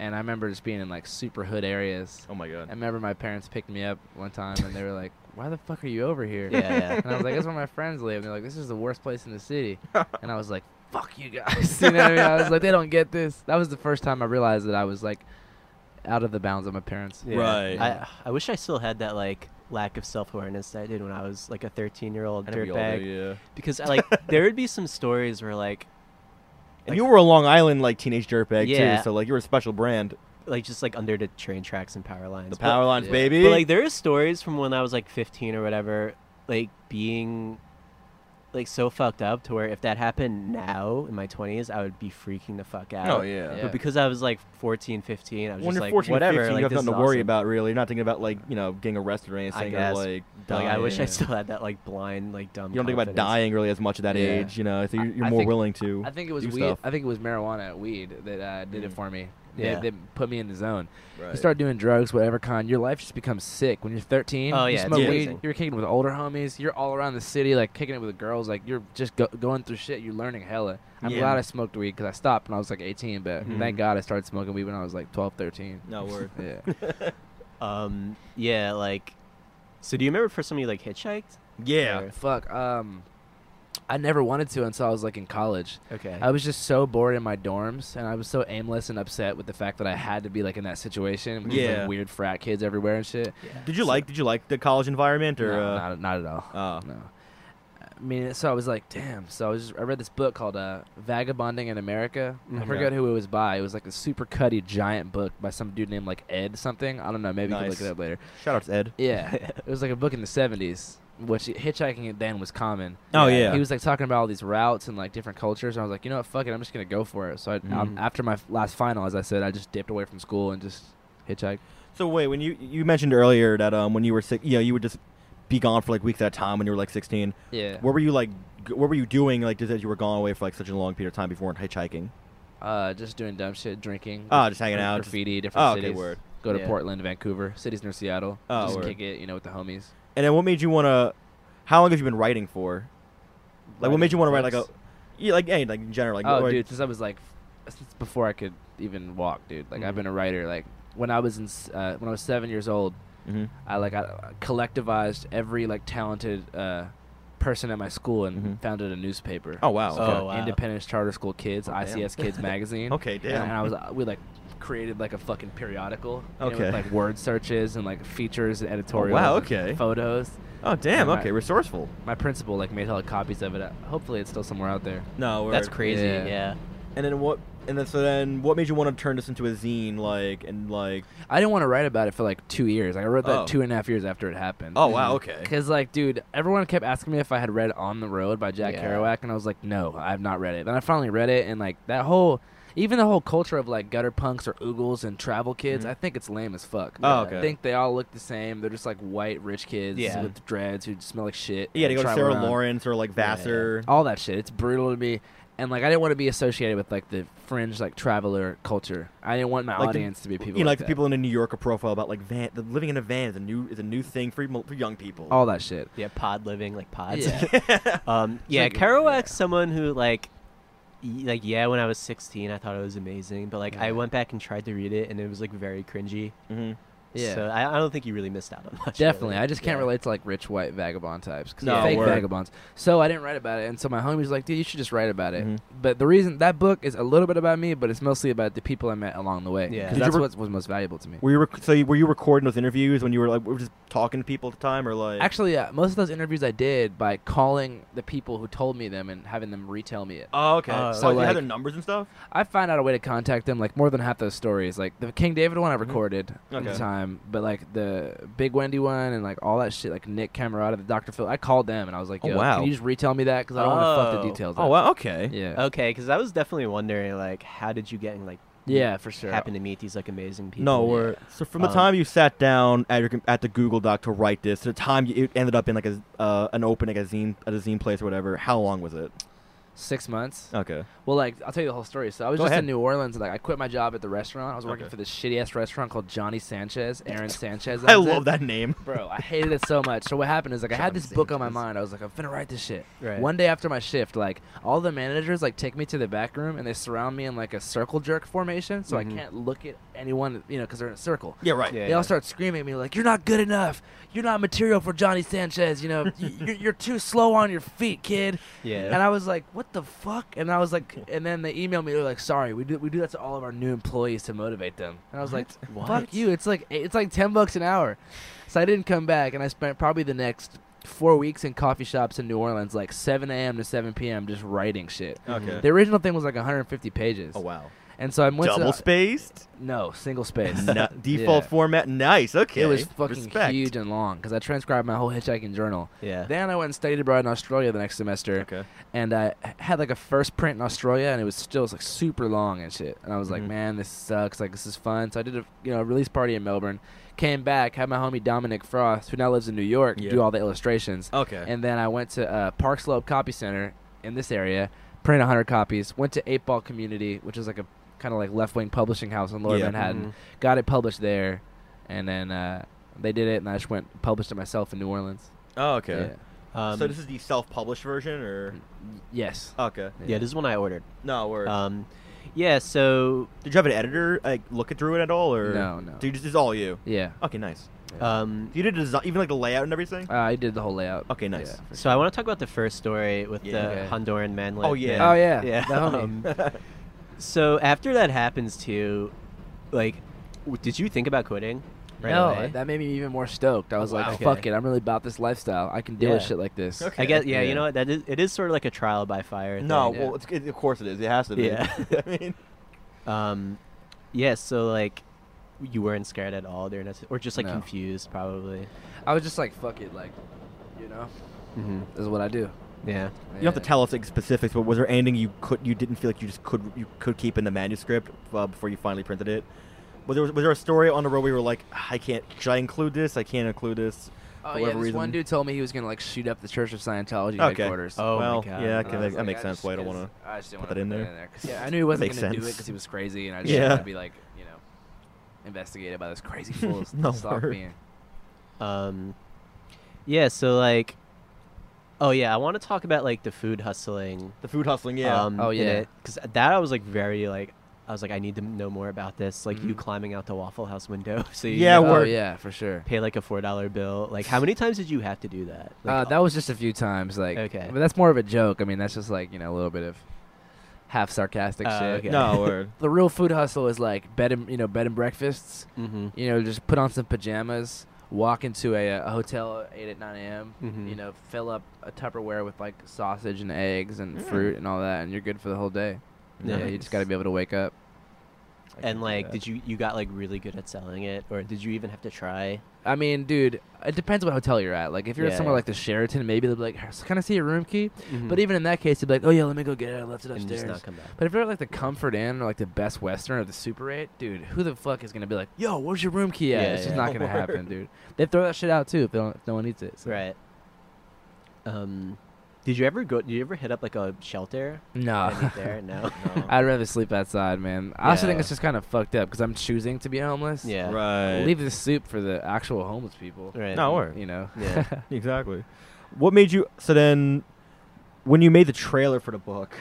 Speaker 6: And I remember just being in like super hood areas.
Speaker 5: Oh my god.
Speaker 6: I remember my parents picked me up one time and they were like, Why the fuck are you over here?
Speaker 7: yeah yeah
Speaker 6: And I was like, that's where my friends live. And they're like, this is the worst place in the city. And I was like, fuck you guys. You know what I mean? I was like, they don't get this. That was the first time I realized that I was like out of the bounds of my parents.
Speaker 7: Yeah.
Speaker 5: Right.
Speaker 7: I, I wish I still had that like lack of self awareness that I did when I was like a 13 year old
Speaker 5: I know we all do,
Speaker 7: dirtbag.
Speaker 5: yeah.
Speaker 7: Because I, like there would be some stories where like
Speaker 5: And you were a Long Island like teenage dirtbag
Speaker 7: Yeah.
Speaker 5: too, so like you were a special brand.
Speaker 7: like just like under the train tracks and power lines.
Speaker 5: The
Speaker 7: But-
Speaker 5: power lines,
Speaker 6: Yeah.
Speaker 5: baby.
Speaker 7: But like there is stories from when I was like 15 or whatever, like being like so fucked up to where if that happened now in my 20s, I would be freaking the fuck out.
Speaker 5: oh yeah.
Speaker 6: Yeah.
Speaker 7: But because I was like 14, 15, I was
Speaker 5: When
Speaker 7: just
Speaker 5: you're
Speaker 7: like
Speaker 5: 14,
Speaker 7: whatever.
Speaker 5: 15,
Speaker 7: like,
Speaker 5: you have
Speaker 7: this
Speaker 5: nothing to
Speaker 7: is
Speaker 5: worry
Speaker 7: awesome.
Speaker 5: about really. You're not thinking about like you know getting arrested or anything.
Speaker 7: guess.
Speaker 5: Or, like,
Speaker 7: Like I wish I
Speaker 5: dying.
Speaker 7: still had that like blind like dumb.
Speaker 5: You don't think about
Speaker 7: confidence.
Speaker 5: dying really as much at that
Speaker 6: Yeah.
Speaker 5: age, you know. So you're, you're
Speaker 6: I
Speaker 5: more
Speaker 6: think-
Speaker 5: willing to.
Speaker 6: I think it was
Speaker 5: do
Speaker 6: weed.
Speaker 5: stuff.
Speaker 6: I think it was marijuana, weed, that uh, did it for me. They,
Speaker 7: Mm. Yeah.
Speaker 6: they put me in the zone. You
Speaker 5: Right.
Speaker 6: start doing drugs, whatever kind, your life just becomes sick. When you're 13,
Speaker 7: Oh,
Speaker 6: you
Speaker 7: yeah, it's
Speaker 6: smoke weed,
Speaker 7: amazing.
Speaker 6: you're kicking with older homies, you're all around the city, like kicking it with girls, like you're just go- going through shit, you're learning hella. I'm
Speaker 5: Yeah. Mm-hmm.
Speaker 6: glad I smoked weed because I stopped when I was like 18, but thank God I started smoking weed when I was like 12, 13.
Speaker 5: No word.
Speaker 6: Yeah.
Speaker 7: Um, yeah, like, so do you remember first time you like hitchhiked?
Speaker 5: yeah.
Speaker 6: Fuck. Um, I never wanted to until I was like in college.
Speaker 7: Okay.
Speaker 5: Uh,
Speaker 6: I was just so bored in my dorms, and I was so aimless and upset with the fact that I had to be like in that situation. With these, like,
Speaker 5: Yeah.
Speaker 6: weird frat kids everywhere and shit.
Speaker 5: Did you like? Did you like the college environment or?
Speaker 6: no,
Speaker 5: uh,
Speaker 6: not, not at all.
Speaker 5: Oh.
Speaker 6: No. I mean, so I was like, damn. So I was just, I read this book called uh, Vagabonding in America. I
Speaker 7: Okay.
Speaker 6: forgot who it was by. It was like a super cutty giant book by some dude named like Ed something. I don't know. Maybe you can look
Speaker 5: Nice.
Speaker 6: it up later.
Speaker 5: Shout out to Ed.
Speaker 6: Yeah, it was like a book in the '70s, which hitchhiking it then was common.
Speaker 5: Oh, yeah.
Speaker 6: he was like talking about all these routes and like different cultures, and I was like, you know what, fuck it, I'm just gonna go for it. So I, um, after my f- last final, as I said, I just dipped away from school and just hitchhiked.
Speaker 5: So wait, when you you mentioned earlier that um when you were sick, you know, you would just be gone for like weeks at a time when you were like 16.
Speaker 6: Yeah.
Speaker 5: What were you like? g- What were you doing like just as you were gone away for like such a long period of time before hitchhiking?
Speaker 6: Uh, just doing dumb shit, drinking.
Speaker 5: Oh, just hanging out, just-
Speaker 6: Graffiti, different
Speaker 5: Oh, okay,
Speaker 6: cities.
Speaker 5: word.
Speaker 6: Go to
Speaker 7: Yeah.
Speaker 6: Portland, Vancouver, cities near Seattle.
Speaker 5: Oh,
Speaker 6: just
Speaker 5: word.
Speaker 6: kick it, you know, with the homies.
Speaker 5: And then what made you want to? How long have you been writing for? Like what made you want to write like a?
Speaker 6: books.
Speaker 5: Yeah, like any like in general like.
Speaker 6: oh,
Speaker 5: or-
Speaker 6: dude, since I was like, f- since before I could even walk, dude. Like I've
Speaker 5: Mhm.
Speaker 6: been a writer. Like when I was in, s- uh, when I was seven years old,
Speaker 5: Mhm.
Speaker 6: I like I collectivized every like talented uh, person at my school and
Speaker 5: Mhm.
Speaker 6: founded a newspaper.
Speaker 5: Oh wow.
Speaker 6: So,
Speaker 5: okay.
Speaker 7: Oh, wow.
Speaker 6: Independence Charter School Kids,
Speaker 5: Oh, damn.
Speaker 6: ICS Kids magazine.
Speaker 5: Okay, damn.
Speaker 6: And I was uh, we like created like a fucking periodical. you know, with,
Speaker 5: Okay. Oh,
Speaker 6: like word searches and like features and editorial.
Speaker 5: wow,
Speaker 6: and
Speaker 5: okay.
Speaker 6: Photos.
Speaker 5: Oh damn!
Speaker 6: Yeah, my-
Speaker 5: Okay, resourceful.
Speaker 6: My principal like made all the copies of it. Uh, Hopefully, it's still somewhere out there.
Speaker 5: No,
Speaker 7: That's
Speaker 5: word.
Speaker 7: crazy.
Speaker 6: Yeah.
Speaker 7: Yeah.
Speaker 5: And then what? And then so then, what made you want to turn this into a zine? Like and like.
Speaker 6: I didn't want to write about it for like two years. Like, I wrote that
Speaker 5: Oh.
Speaker 6: two and a half years after it happened.
Speaker 5: Oh wow. Okay.
Speaker 6: Because, like, dude, everyone kept asking me if I had read On the Road by Jack
Speaker 7: Yeah.
Speaker 6: Kerouac, and I was like, no, I've not read it. Then I finally read it, and, like, that whole, even the whole culture of, like, gutter punks or oogles and travel kids, I think it's lame as fuck.
Speaker 5: Mm-hmm. Oh,
Speaker 6: I
Speaker 5: okay.
Speaker 6: think they all look the same. They're just, like, white, rich kids
Speaker 7: Yeah.
Speaker 6: with dreads who smell like shit.
Speaker 5: Yeah, to
Speaker 6: and
Speaker 5: go to
Speaker 6: travel
Speaker 5: Sarah
Speaker 6: around.
Speaker 5: Lawrence or like Vassar.
Speaker 6: All that shit. It's brutal to me. And, like, I didn't want to be associated with, like, the fringe, like, traveler culture. I didn't want my
Speaker 5: Like the-
Speaker 6: audience to be people
Speaker 5: you know,
Speaker 6: like
Speaker 5: like the
Speaker 6: that.
Speaker 5: people in a New Yorker profile about like van, the living in a van is a new is a new thing for, mo- for young people.
Speaker 6: All that shit.
Speaker 7: Yeah, pod living like pods.
Speaker 6: Yeah.
Speaker 7: um, yeah,
Speaker 6: like-
Speaker 7: Kerouac's someone who like, y- like yeah, when I was 16, I thought it was amazing, but like I went back and tried to read it, and it was like very cringy.
Speaker 5: hmm
Speaker 6: Yeah.
Speaker 7: So I, I don't think you really missed out on much.
Speaker 6: Definitely.
Speaker 7: really.
Speaker 6: I just can't
Speaker 7: Yeah.
Speaker 6: relate to like rich white vagabond types. 'cause
Speaker 5: No,
Speaker 6: they're fake
Speaker 5: word.
Speaker 6: vagabonds. So I didn't write about it. And so my homie was like, dude, you should just write about it.
Speaker 7: Mm-hmm.
Speaker 5: Mhm.
Speaker 6: But the reason that book is a little bit about me, but it's mostly about the people I met along the way. Because
Speaker 7: Yeah. Did you
Speaker 6: that's
Speaker 5: rec-
Speaker 6: what was most valuable to me.
Speaker 5: Were you rec- so you, were you recording those interviews when you were like were just talking to people at the time or like
Speaker 6: Actually, yeah, most of those interviews I did by calling the people who told me them and having them retell me it.
Speaker 5: Oh, okay.
Speaker 7: Oh,
Speaker 5: so like, you
Speaker 6: uh, like-
Speaker 5: had their numbers and stuff.
Speaker 6: I found out a way to contact them. Like more than half those stories, like the King David one I recorded at the
Speaker 5: Mm-hmm. Okay.
Speaker 6: time, but like the Big Wendy one and like all that shit, like Nick Camerata, the Dr. Phil. I called them and I was like,
Speaker 5: Oh,
Speaker 6: Yo,
Speaker 5: wow.
Speaker 6: can you just retell me that? Because I don't want to fuck the
Speaker 7: Oh.
Speaker 6: details.
Speaker 5: Oh
Speaker 6: up."
Speaker 5: wow. Okay.
Speaker 6: Yeah.
Speaker 7: Okay, because I was definitely wondering like, how did you get in like
Speaker 6: Yeah, for sure.
Speaker 7: happen to meet these like amazing people?
Speaker 5: No, word. so from the
Speaker 6: Uh,
Speaker 7: Um,
Speaker 5: time you sat down at your com- at the Google Doc to write this, to the time you, it ended up in like a uh, an open like a zine at a zine place or whatever. How long was it?
Speaker 6: Six months.
Speaker 5: Okay.
Speaker 6: Well, like I'll tell you the whole story. So I was
Speaker 5: Go
Speaker 6: just
Speaker 5: ahead.
Speaker 6: in New Orleans. And, like I quit my job at the restaurant. I was working
Speaker 5: Okay.
Speaker 6: for this shitty ass restaurant called Johnny Sanchez, Aaron Sanchez.
Speaker 5: I
Speaker 6: owns
Speaker 5: love
Speaker 6: it.
Speaker 5: that name.
Speaker 6: bro. I hated it so much. So what happened is like I had
Speaker 5: Johnny
Speaker 6: this book on my
Speaker 5: Sanchez.
Speaker 6: mind. I was like, I'm finna write this shit.
Speaker 7: Right.
Speaker 6: One day after my shift, like all the managers like take me to the back room and they surround me in like a circle jerk formation, so I can't look at anyone, you know, because they're in a circle.
Speaker 5: Yeah. Right.
Speaker 7: Yeah.
Speaker 6: They all start screaming at me like, "You're not good enough. You're not material for Johnny Sanchez. You know, Y- you're, you're too slow on your feet, kid."
Speaker 7: Yeah.
Speaker 6: And I was like, "What the fuck?" And I was like, and then they emailed me. They're like, "Sorry, we do we do that to all of our new employees to motivate them." And I was like, "Fuck you! It's like it's like ten bucks an hour." So I didn't come back, and I spent probably the next four weeks in coffee shops in New Orleans, like 7 a.m. to 7 p.m. just writing shit.
Speaker 5: Okay.
Speaker 6: The original thing was like 150 pages.
Speaker 5: Oh wow.
Speaker 6: And so I went to
Speaker 5: Double spaced.
Speaker 6: no single space.
Speaker 5: No- default
Speaker 6: Yeah.
Speaker 5: format. Nice. Okay.
Speaker 6: It was fucking
Speaker 5: Respect.
Speaker 6: huge and long because I transcribed my whole hitchhiking journal.
Speaker 7: Yeah.
Speaker 6: Then I went and studied abroad in Australia the next semester.
Speaker 5: Okay.
Speaker 6: And I h- had like a first print in Australia, and it was still like super long and shit. And I was like,
Speaker 5: Mhm.
Speaker 6: man, this sucks. Like this is fun. So I did a you know a release party in Melbourne. Came back, had my homie Dominic Frost, who now lives in New York,
Speaker 5: Yeah.
Speaker 6: do all the illustrations.
Speaker 5: Okay.
Speaker 6: And then I went to uh, Park Slope Copy Center in this area, printed 100 copies. Went to Eight Ball Community, which is like a kind of like left wing publishing house in Lower
Speaker 5: Yeah.
Speaker 6: Manhattan.
Speaker 7: Mm-hmm.
Speaker 6: Got it published there, and then uh, they did it, and I just went and published it myself in New Orleans.
Speaker 5: Oh, okay.
Speaker 7: Um,
Speaker 5: so this is the self-published version, or
Speaker 6: Yeah. Yes.
Speaker 5: okay?
Speaker 7: yeah, this is one I ordered.
Speaker 5: No, or
Speaker 6: Uh,
Speaker 7: Um, yeah, so
Speaker 5: did you have an editor like look it through it at all, or
Speaker 6: No, no.
Speaker 5: Dude, this is all you.
Speaker 6: Yeah.
Speaker 5: Okay, nice.
Speaker 7: um,
Speaker 5: You did design, even like the layout and everything.
Speaker 6: Uh, I did the whole layout.
Speaker 5: Okay, nice.
Speaker 6: Yeah, for
Speaker 7: so I want to talk about the first story with the
Speaker 5: Yeah.
Speaker 6: Okay.
Speaker 7: Honduran man.
Speaker 5: Oh,
Speaker 7: like,
Speaker 5: yeah.
Speaker 6: sure.
Speaker 7: man.
Speaker 6: Oh yeah.
Speaker 7: Yeah.
Speaker 6: The homie.
Speaker 7: Um, so after that happens too, like, w- did you think about quitting? Right
Speaker 6: no,
Speaker 7: away?
Speaker 6: that made me even more stoked. I was
Speaker 5: Oh,
Speaker 6: like,
Speaker 5: wow.
Speaker 6: "Fuck
Speaker 7: Okay.
Speaker 6: it! I'm really about this lifestyle. I can deal with
Speaker 7: Yeah.
Speaker 6: shit like this."
Speaker 5: Okay.
Speaker 7: I guess. Yeah,
Speaker 6: Yeah.
Speaker 7: you know what? That is. It is sort of like a trial by fire.
Speaker 5: No,
Speaker 7: thing.
Speaker 6: Yeah.
Speaker 5: well, it's, it, of course it is. It has to be.
Speaker 7: Yeah.
Speaker 5: I mean,
Speaker 7: Um, yeah. So like, you weren't scared at all during that, s- or just like
Speaker 6: No.
Speaker 7: confused probably.
Speaker 6: I was just like, "Fuck it!" Like, you know,
Speaker 7: Mm-hmm.
Speaker 6: this is what I do.
Speaker 7: Yeah.
Speaker 5: you don't have to tell us like, specifics, but was there anything you could, you didn't feel like you just could, you could keep in the manuscript uh, before you finally printed it? Was there, was there a story on the road where you were like, "Ah, I can't, should I include this? I can't include this.
Speaker 6: Oh
Speaker 5: for
Speaker 6: yeah,
Speaker 5: whatever
Speaker 6: this
Speaker 5: reason.
Speaker 6: one dude told me he was gonna like shoot up the Church of Scientology
Speaker 5: Okay.
Speaker 6: headquarters.
Speaker 7: Oh
Speaker 5: well,
Speaker 7: my god.
Speaker 5: yeah,
Speaker 6: And
Speaker 5: okay,
Speaker 6: I
Speaker 5: that,
Speaker 6: was
Speaker 5: that
Speaker 6: like,
Speaker 5: makes
Speaker 6: I
Speaker 5: sense.
Speaker 6: just-
Speaker 5: Why I don't
Speaker 6: just-
Speaker 5: want
Speaker 6: I just didn't
Speaker 5: put
Speaker 6: wanna
Speaker 5: that in there.
Speaker 6: 'Cause, yeah, I knew he wasn't
Speaker 5: Makes
Speaker 6: gonna do it
Speaker 5: sense.
Speaker 6: because he was crazy, and I just
Speaker 5: Yeah.
Speaker 6: didn't want to be like, you know, investigated by those crazy fools.
Speaker 5: No
Speaker 6: to stop
Speaker 5: word.
Speaker 6: being.
Speaker 7: Um, yeah. So like, oh yeah, I want to talk about like the food hustling.
Speaker 5: to. The food hustling, yeah.
Speaker 7: Um,
Speaker 6: Oh, yeah.
Speaker 7: Because that I was like very like. I was like, I need to know more about this. Like you
Speaker 6: Mhm.
Speaker 7: climbing out the Waffle House window, so you
Speaker 5: Yeah,
Speaker 7: know,
Speaker 5: well-
Speaker 6: Oh
Speaker 5: word.
Speaker 6: yeah, for sure.
Speaker 7: pay like a four dollar bill. Like, how many times did you have to do that? Like,
Speaker 6: oh. Uh, that was just a few times, like.
Speaker 7: Okay.
Speaker 6: But that's more of a joke. I mean, that's just like you know a little bit of half sarcastic
Speaker 7: Oh,
Speaker 6: shit.
Speaker 7: okay.
Speaker 5: No word.
Speaker 6: The real food hustle is like bed and you know bed and breakfasts.
Speaker 7: Mm-hmm.
Speaker 6: You know, just put on some pajamas, walk into a, uh, a hotel at eight at nine a.m.
Speaker 7: Mhm.
Speaker 6: You know, fill up a Tupperware with like sausage and eggs and fruit and all that, and you're good for the whole day. Yeah, you just got to be able to wake up.
Speaker 7: And like, did you you got like really good at selling it, or did you even have to try?
Speaker 6: I mean, dude, it depends what hotel you're at. Like, if you're at
Speaker 7: Yeah,
Speaker 6: somewhere
Speaker 7: yeah.
Speaker 6: like the Sheraton, maybe they'll be like, "So "Can I see your room key?" But
Speaker 7: Mhm.
Speaker 6: even in that case, they'd be like, "Oh yeah, let me go get it. I left it
Speaker 7: and just
Speaker 6: Mm-hmm. upstairs."
Speaker 7: not come back.
Speaker 6: But if you're at like the Comfort Inn or like the Best Western or the Super 8, dude, who the fuck is gonna be like, "Yo, where's your room key at?"
Speaker 7: Yeah,
Speaker 6: it's just
Speaker 7: yeah.
Speaker 6: not gonna happen, dude. They throw that shit out too if, they don't, if no one needs it. so.
Speaker 7: Right. Um, did you ever go? Did you ever hit up like a shelter?
Speaker 6: No.
Speaker 7: Any there? No.
Speaker 6: I'd rather sleep outside, man. I also think
Speaker 7: Yeah.
Speaker 6: it's just kind of fucked up because I'm choosing to be homeless.
Speaker 7: Yeah.
Speaker 5: Right.
Speaker 6: Leave the soup for the actual homeless people.
Speaker 7: Right.
Speaker 5: No word.
Speaker 6: You know.
Speaker 7: Yeah.
Speaker 5: Exactly. What made you so then? When you made the trailer for the book,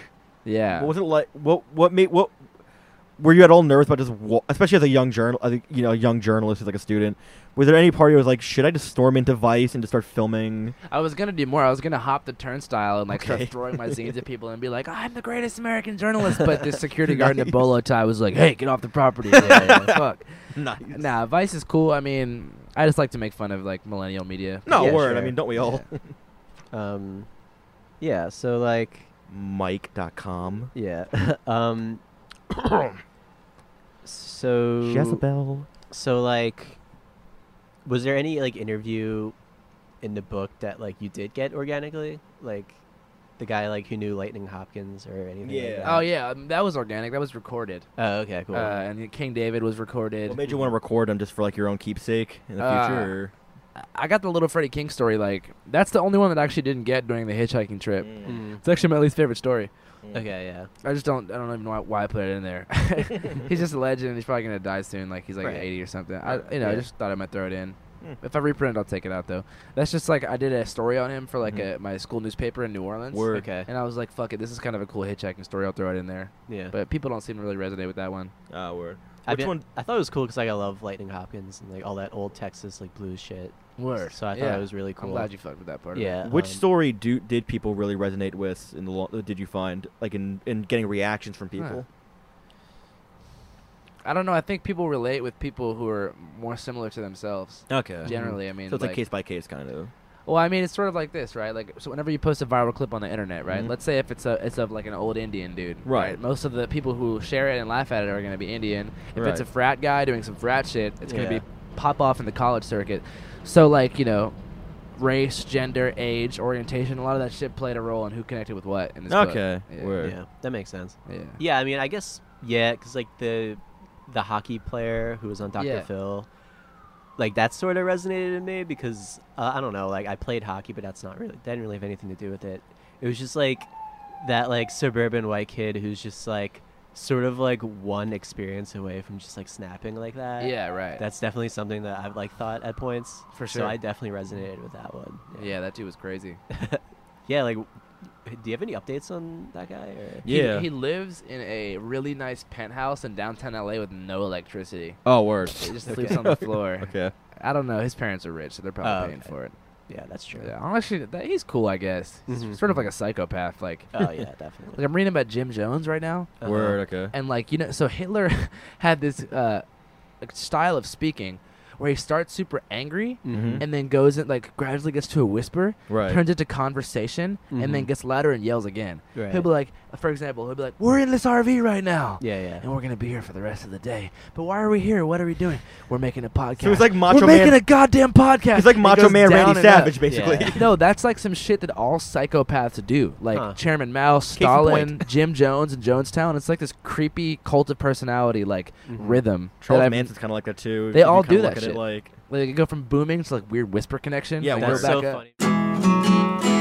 Speaker 6: Yeah.
Speaker 5: what was it like? What what made what? Were you at all nervous about just, wa- especially as a young journal, as a, you know, a young journalist, who's like a student? Was there any part you was like, should I just storm into Vice and just start filming?
Speaker 6: I was gonna do more. I was gonna hop the turnstile and like
Speaker 5: Okay.
Speaker 6: start throwing my zines at people and be like, "I'm the greatest American journalist," but this security guard in a bolo tie was like, "Hey, get off the property!" Yeah, yeah, yeah, fuck.
Speaker 5: Nice.
Speaker 6: Nah, Vice is cool. I mean, I just like to make fun of like millennial media. Uh,
Speaker 5: No
Speaker 7: Yeah,
Speaker 5: word. I
Speaker 7: sure.
Speaker 5: mean, don't we all?
Speaker 7: Um, yeah. So like,
Speaker 5: Mike.com.
Speaker 7: yeah. um. so
Speaker 5: Jezebel.
Speaker 7: So like, was there any like interview in the book that like you did get organically, like the guy like who knew Lightning Hopkins or anything? like
Speaker 5: Yeah.
Speaker 7: that?
Speaker 6: Oh yeah, um, that was organic. That was recorded.
Speaker 7: Oh, okay. Cool.
Speaker 6: Uh, and King David was recorded.
Speaker 5: What made you want to record them just for like your own keepsake in the
Speaker 6: Uh,
Speaker 5: future? or-
Speaker 6: I got the little Freddie King story. Like that's the only one that I actually didn't get during the hitchhiking trip.
Speaker 7: Mm.
Speaker 6: It's actually my least favorite story.
Speaker 7: Okay. Yeah.
Speaker 6: I just don't. I don't even know why, why I put it in there. he's just a legend. He's probably gonna die soon. Like he's like
Speaker 7: Right.
Speaker 6: 80 or something. I, you know, I
Speaker 7: Yeah.
Speaker 6: just thought I might throw it in.
Speaker 5: Mm.
Speaker 6: If I reprint, it, I'll take it out though. That's just like I did a story on him for like
Speaker 5: Mhm.
Speaker 6: a, my school newspaper in New Orleans.
Speaker 5: Word.
Speaker 7: Okay.
Speaker 6: And I was like, fuck it, this is kind of a cool hitchhiking story. I'll throw it in there.
Speaker 7: Yeah.
Speaker 6: But people don't seem to really resonate with that one.
Speaker 5: Ah, word.
Speaker 7: I,
Speaker 5: Which
Speaker 7: bet-
Speaker 5: one?
Speaker 7: I thought it was cool because like I love Lightning Hopkins and like all that old Texas like blues shit. So I thought
Speaker 6: yeah.
Speaker 7: it was really cool.
Speaker 6: I'm glad you fucked with that part. Of
Speaker 7: yeah.
Speaker 5: Which
Speaker 7: um,
Speaker 5: story do did people really resonate with? In the lo- uh, did you find like in in getting reactions from
Speaker 6: Huh.
Speaker 5: people?
Speaker 6: it. I don't know. I think people relate with people who are more similar to themselves.
Speaker 7: Oh,
Speaker 5: Okay.
Speaker 6: Generally,
Speaker 7: Mm-hmm.
Speaker 6: I mean,
Speaker 5: So it's like case by case kind of.
Speaker 6: Well, I mean, it's sort of like this, right? Like, so whenever you post a viral clip on the internet, right?
Speaker 7: Mm-hmm.
Speaker 5: Mhm.
Speaker 6: Let's say if it's a, it's of like an old Indian dude,
Speaker 5: Right.
Speaker 6: Most of the people who share it and laugh at it are going to be Indian. If it's
Speaker 5: Right.
Speaker 6: a frat guy doing some frat shit, it's going to
Speaker 7: Yeah.
Speaker 6: be pop off in the college circuit. So, like, you know, race, gender, age, orientation, a lot of that shit played a role in who connected with what in this book.
Speaker 5: Okay.
Speaker 6: Yeah.
Speaker 5: Word.
Speaker 7: Yeah, that makes sense.
Speaker 6: Yeah.
Speaker 7: Yeah, I mean, I guess yeah, because like the the hockey player who was on Dr.
Speaker 6: Yeah.
Speaker 7: Phil, like that sort of resonated in me because uh, I don't know, like I played hockey, but that's not really that didn't really have anything to do with it. It was just like that like suburban white kid who's just like sort of like one experience away from just like snapping like that.
Speaker 6: Yeah, right.
Speaker 7: That's definitely something that I've like thought at points.
Speaker 6: For
Speaker 7: So
Speaker 6: sure.
Speaker 7: I definitely resonated with that one.
Speaker 6: yeah, that dude was crazy.
Speaker 7: Yeah, like do you have any updates on that guy or
Speaker 6: He-
Speaker 5: Yeah.
Speaker 6: He, lives in a really nice penthouse in downtown LA with no electricity.
Speaker 5: Oh, word.
Speaker 6: He just Uh-huh. sleeps on the floor.
Speaker 5: okay.
Speaker 6: I don't know. His parents are rich, so they're probably
Speaker 7: Oh,
Speaker 6: paying
Speaker 7: okay.
Speaker 6: for it.
Speaker 7: Yeah, that's true.
Speaker 6: Yeah, honestly, that, he's cool. I guess he's
Speaker 7: Mhm.
Speaker 6: sort of like a psychopath. Like,
Speaker 7: Oh yeah, definitely.
Speaker 6: like I'm reading about Jim Jones right now,
Speaker 7: Uh-huh.
Speaker 5: Okay.
Speaker 6: and like you know, so Hitler had this uh, like, style of speaking where he starts super angry
Speaker 5: Mm-hmm.
Speaker 7: Mhm.
Speaker 6: and then goes and like gradually gets to a whisper,
Speaker 5: Right. Mm-hmm.
Speaker 6: turns into conversation, and then
Speaker 7: Mhm.
Speaker 6: gets louder and yells again.
Speaker 7: Right.
Speaker 6: He'll be like, for example, he'll be like, "We're in this RV right now."
Speaker 7: Yeah, yeah.
Speaker 6: And we're gonna be here for the rest of the day. But why are we here? What are we doing? We're making a podcast.
Speaker 5: he's like Macho
Speaker 6: We're
Speaker 5: Man-
Speaker 6: making a goddamn podcast.
Speaker 5: He's like
Speaker 6: It
Speaker 5: Macho
Speaker 6: goes
Speaker 5: Man
Speaker 6: down
Speaker 5: Randy
Speaker 6: and up.
Speaker 5: Savage, basically.
Speaker 7: Yeah.
Speaker 6: no, that's like some shit that all psychopaths do. Like
Speaker 7: Huh.
Speaker 6: Chairman Mao,
Speaker 5: in
Speaker 6: Stalin,
Speaker 5: point.
Speaker 6: Jim Jones, and Jonestown. It's like this creepy cult of personality, like
Speaker 7: Mhm.
Speaker 6: rhythm.
Speaker 5: Mm-hmm. Charles
Speaker 6: that I've-
Speaker 5: Manson's kind of like that too.
Speaker 6: They
Speaker 5: if you
Speaker 6: all
Speaker 5: kinda
Speaker 6: do
Speaker 5: look
Speaker 6: that
Speaker 5: at it
Speaker 6: shit.
Speaker 5: Like,
Speaker 6: Like you go from booming to like weird whisper connection.
Speaker 5: Yeah,
Speaker 6: like,
Speaker 7: That's
Speaker 5: We're
Speaker 6: go
Speaker 7: so
Speaker 6: back up.
Speaker 7: funny.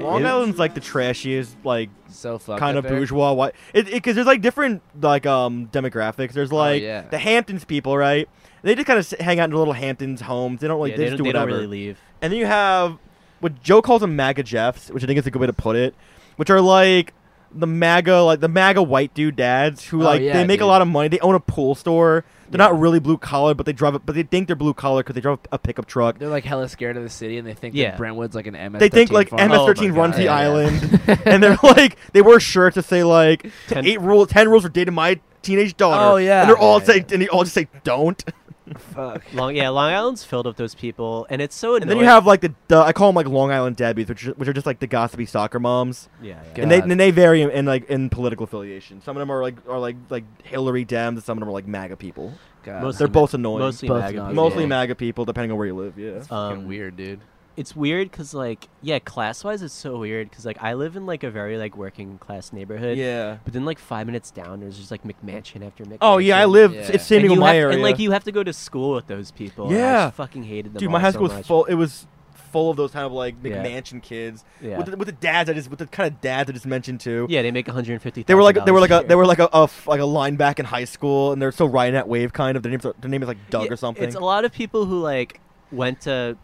Speaker 5: Long Island's like the trashiest, like
Speaker 6: So fucked.
Speaker 5: kind
Speaker 6: up
Speaker 5: of
Speaker 6: there.
Speaker 5: bourgeois. White, it because there's like different like um demographics.
Speaker 7: Oh,
Speaker 5: There's like
Speaker 6: yeah.
Speaker 5: the Hamptons people, right? They just kind of hang out in their little Hamptons homes. They don't like
Speaker 7: Yeah,
Speaker 5: they,
Speaker 7: they,
Speaker 5: just
Speaker 7: don't,
Speaker 5: do
Speaker 7: they don't
Speaker 5: whatever.
Speaker 7: really leave.
Speaker 5: And then you have what Joe calls them MAGA Jeffs, which I think is a good way to put it, which are like the MAGA like the MAGA white dude dads who
Speaker 6: Oh,
Speaker 5: like
Speaker 6: yeah,
Speaker 5: they make
Speaker 6: dude.
Speaker 5: a lot of money. They own a pool store. They're not really blue collar, but they drive it. But they think they're blue collar because they drive a pickup truck.
Speaker 6: They're like hella scared of the city, and they think
Speaker 7: Yeah.
Speaker 6: that Brentwood's like an MS.
Speaker 5: They think like
Speaker 7: Oh
Speaker 5: MS-13 runs the island, and they're like they wear shirts that say like to
Speaker 7: Ten-
Speaker 5: eight rules, ten rules for dating my teenage daughter.
Speaker 6: Oh, yeah.
Speaker 5: and they're all
Speaker 6: Yeah,
Speaker 5: say and they all just say don't.
Speaker 6: Oh, Fuck.
Speaker 7: Long, yeah, Long Island's filled with those people, and it's so. Annoying.
Speaker 5: And then you have like the, the I call them like Long Island Debbies, which are- which are just like the gossipy soccer moms.
Speaker 7: yeah, yeah.
Speaker 6: Good.
Speaker 5: and they
Speaker 6: God.
Speaker 5: and they vary in, in like in political affiliation. Some of them are like are like like Hillary Dems, and some of them are like MAGA people.
Speaker 6: God.
Speaker 7: Most-
Speaker 5: They're both annoying.
Speaker 7: mostly
Speaker 6: Both
Speaker 7: MAGA. people.
Speaker 5: Mostly
Speaker 6: yeah.
Speaker 5: MAGA people, depending on where you live. Yeah.
Speaker 6: fucking
Speaker 7: um,
Speaker 6: weird, dude.
Speaker 7: It's weird because like yeah, class wise it's so weird because like I live in like a very like working class neighborhood.
Speaker 5: Yeah.
Speaker 7: But then like five minutes down, there's just like McMansion after McMansion.
Speaker 5: Oh yeah, I live.
Speaker 6: Yeah.
Speaker 5: It's
Speaker 7: And
Speaker 5: San Diego,
Speaker 7: you
Speaker 5: my
Speaker 7: have-
Speaker 5: area.
Speaker 7: And like you have to go to school with those people. and I
Speaker 5: Yeah.
Speaker 7: just fucking hated them.
Speaker 5: Dude,
Speaker 7: all
Speaker 5: my high
Speaker 7: so
Speaker 5: school was
Speaker 7: much.
Speaker 5: full. It was full of those kind of like
Speaker 7: Yeah.
Speaker 5: McMansion kids
Speaker 7: Yeah.
Speaker 5: with, the, with the dads I just with the kind of dads I just mentioned too.
Speaker 7: Yeah, they make 150.
Speaker 5: They were like they were like a they were like a, a f- like a lineback in high school, and they're so Ryan at Wave kind of. Their names are, their name is like Doug or something.
Speaker 7: It's a lot of people who like went to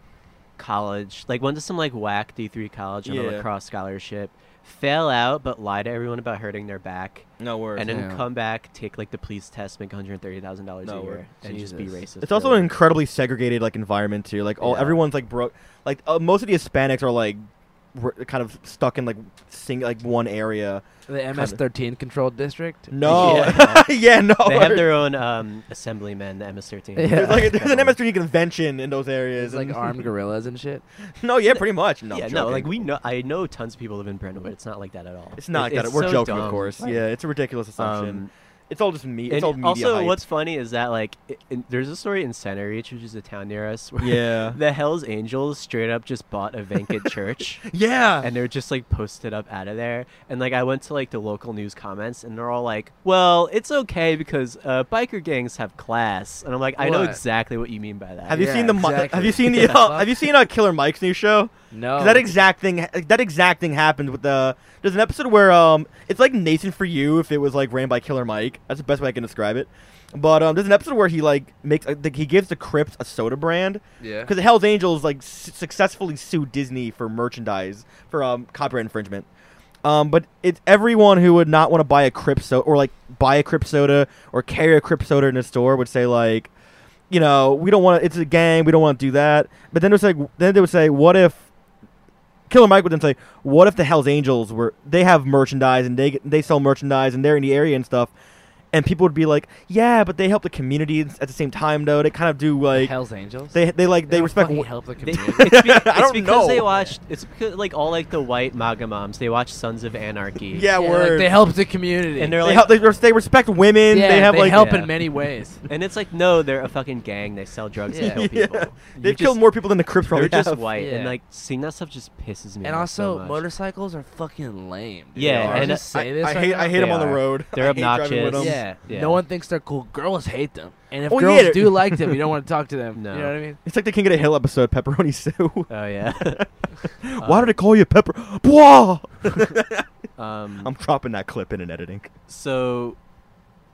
Speaker 7: college, like went to some like whack D three college on a
Speaker 5: Yeah.
Speaker 7: lacrosse scholarship, fell out, but lie to everyone about hurting their back,
Speaker 5: no worries.
Speaker 7: and then
Speaker 6: Yeah.
Speaker 7: come back, take like the police test, make 130 thousand dollars a
Speaker 5: No,
Speaker 7: year,
Speaker 5: we're-
Speaker 7: and just be
Speaker 6: Jesus.
Speaker 7: racist.
Speaker 5: It's also
Speaker 7: for
Speaker 5: an
Speaker 7: like-
Speaker 5: incredibly segregated like environment too. Like all
Speaker 7: Yeah.
Speaker 5: everyone's like broke. Like uh, most of the Hispanics are like r- kind of stuck in like sing like one area.
Speaker 6: The MS-13 controlled district.
Speaker 5: No,
Speaker 7: Yeah.
Speaker 5: yeah, no.
Speaker 7: They have their own um, assemblymen, the MS-13.
Speaker 6: Yeah.
Speaker 5: there's like there's an MS3 convention in those areas.
Speaker 6: It's like
Speaker 5: and-
Speaker 6: armed gorillas and shit.
Speaker 5: no, yeah, pretty much. No, I'm
Speaker 7: yeah, no,
Speaker 5: joking.
Speaker 7: like we know. I know tons of people live in Brentwood. It's not like that at all.
Speaker 5: It's not
Speaker 7: It-
Speaker 5: that
Speaker 7: it's
Speaker 5: we're
Speaker 7: so
Speaker 5: joking,
Speaker 7: dumb.
Speaker 5: of course. Yeah, it's a ridiculous assumption.
Speaker 7: Um,
Speaker 5: it's all just me. It's
Speaker 7: and
Speaker 5: all media
Speaker 7: also,
Speaker 5: hype.
Speaker 7: what's funny is that like it, it- there's a story in Santa Reach, which is a town near us. Where
Speaker 5: Yeah.
Speaker 7: the Hell's Angels straight up just bought a vacant church,
Speaker 5: yeah,
Speaker 7: and they're just like posted up out of there. And like I went to like the local news comments, and they're all like, "Well, it's okay because uh, biker gangs have class." And I'm like, I know
Speaker 6: What?
Speaker 7: exactly what you mean by that.
Speaker 5: have you
Speaker 6: Yeah,
Speaker 5: seen the Mi-
Speaker 6: exactly.
Speaker 5: have you seen the
Speaker 6: Yeah.
Speaker 5: uh, have you seen uh, Killer Mike's new show?
Speaker 6: No.
Speaker 5: 'Cause That exact thing. That exact thing happened with the. There's an episode where um, it's like Nathan for you if it was like ran by Killer Mike. That's the best way I can describe it. But um, there's an episode where he like makes uh, like, he gives the Crips a soda brand
Speaker 6: Yeah.
Speaker 5: because the Hell's Angels like su- successfully sued Disney for merchandise for um copyright infringement. Um, but it's everyone who would not want to buy a Crip soda or like buy a Crip soda or carry a Crip soda in a store would say like you know, we don't want to, it's a gang, we don't want to do that. But then it was like, then they would say, what if, Killer Mike would then say, what if the Hells Angels were, they have merchandise and they, they sell merchandise and they're in the area and stuff. And people would be like, yeah, but they help the community at the same time though. They kind of do like,
Speaker 6: Hell's Angels.
Speaker 5: they, they like, they,
Speaker 6: don't
Speaker 5: respect,
Speaker 6: fucking help the
Speaker 7: They-
Speaker 6: community.
Speaker 7: it's be-
Speaker 5: I
Speaker 7: it's
Speaker 5: don't
Speaker 7: because they
Speaker 5: know.
Speaker 7: watched. It's because like all like the white MAGA moms. They watch Sons of Anarchy.
Speaker 5: yeah,
Speaker 6: Yeah, like
Speaker 5: word.
Speaker 6: they help the community.
Speaker 7: and they're
Speaker 5: they,
Speaker 7: like,
Speaker 5: help, they, res- they respect women.
Speaker 6: yeah,
Speaker 5: they have like,
Speaker 6: help
Speaker 7: Yeah.
Speaker 6: in many ways.
Speaker 7: And it's like, no, they're a fucking gang. They sell drugs
Speaker 6: Yeah.
Speaker 7: and kill people.
Speaker 5: yeah.
Speaker 7: You
Speaker 5: they've
Speaker 7: just-
Speaker 5: killed more people than the Crips
Speaker 7: They're
Speaker 5: probably
Speaker 7: just
Speaker 5: have.
Speaker 7: white, and
Speaker 6: Yeah.
Speaker 7: like seeing that stuff just pisses me.
Speaker 6: And
Speaker 7: off so
Speaker 6: also,
Speaker 7: much.
Speaker 6: motorcycles are fucking lame. Dude.
Speaker 7: Yeah,
Speaker 6: Can I
Speaker 7: and
Speaker 6: just
Speaker 5: I,
Speaker 6: say this.
Speaker 5: I
Speaker 6: right
Speaker 5: hate,
Speaker 6: now?
Speaker 5: I hate them on the
Speaker 7: They are.
Speaker 5: road.
Speaker 7: They're
Speaker 5: I hate driving with
Speaker 7: obnoxious.
Speaker 5: 'em.
Speaker 6: Yeah.
Speaker 7: Yeah.
Speaker 6: no one thinks they're cool. Girls hate them, and if
Speaker 5: Oh,
Speaker 6: girls
Speaker 5: yeah.
Speaker 6: do like them, you don't want to talk to them.
Speaker 7: No.
Speaker 6: You know what I mean?
Speaker 5: It's like the King of the Hill episode, Pepperoni
Speaker 6: Uh,
Speaker 5: Sue.
Speaker 7: Oh yeah.
Speaker 5: Why did I call you Pepper? Blah!
Speaker 7: um.
Speaker 5: I'm dropping that clip in and editing.
Speaker 7: So,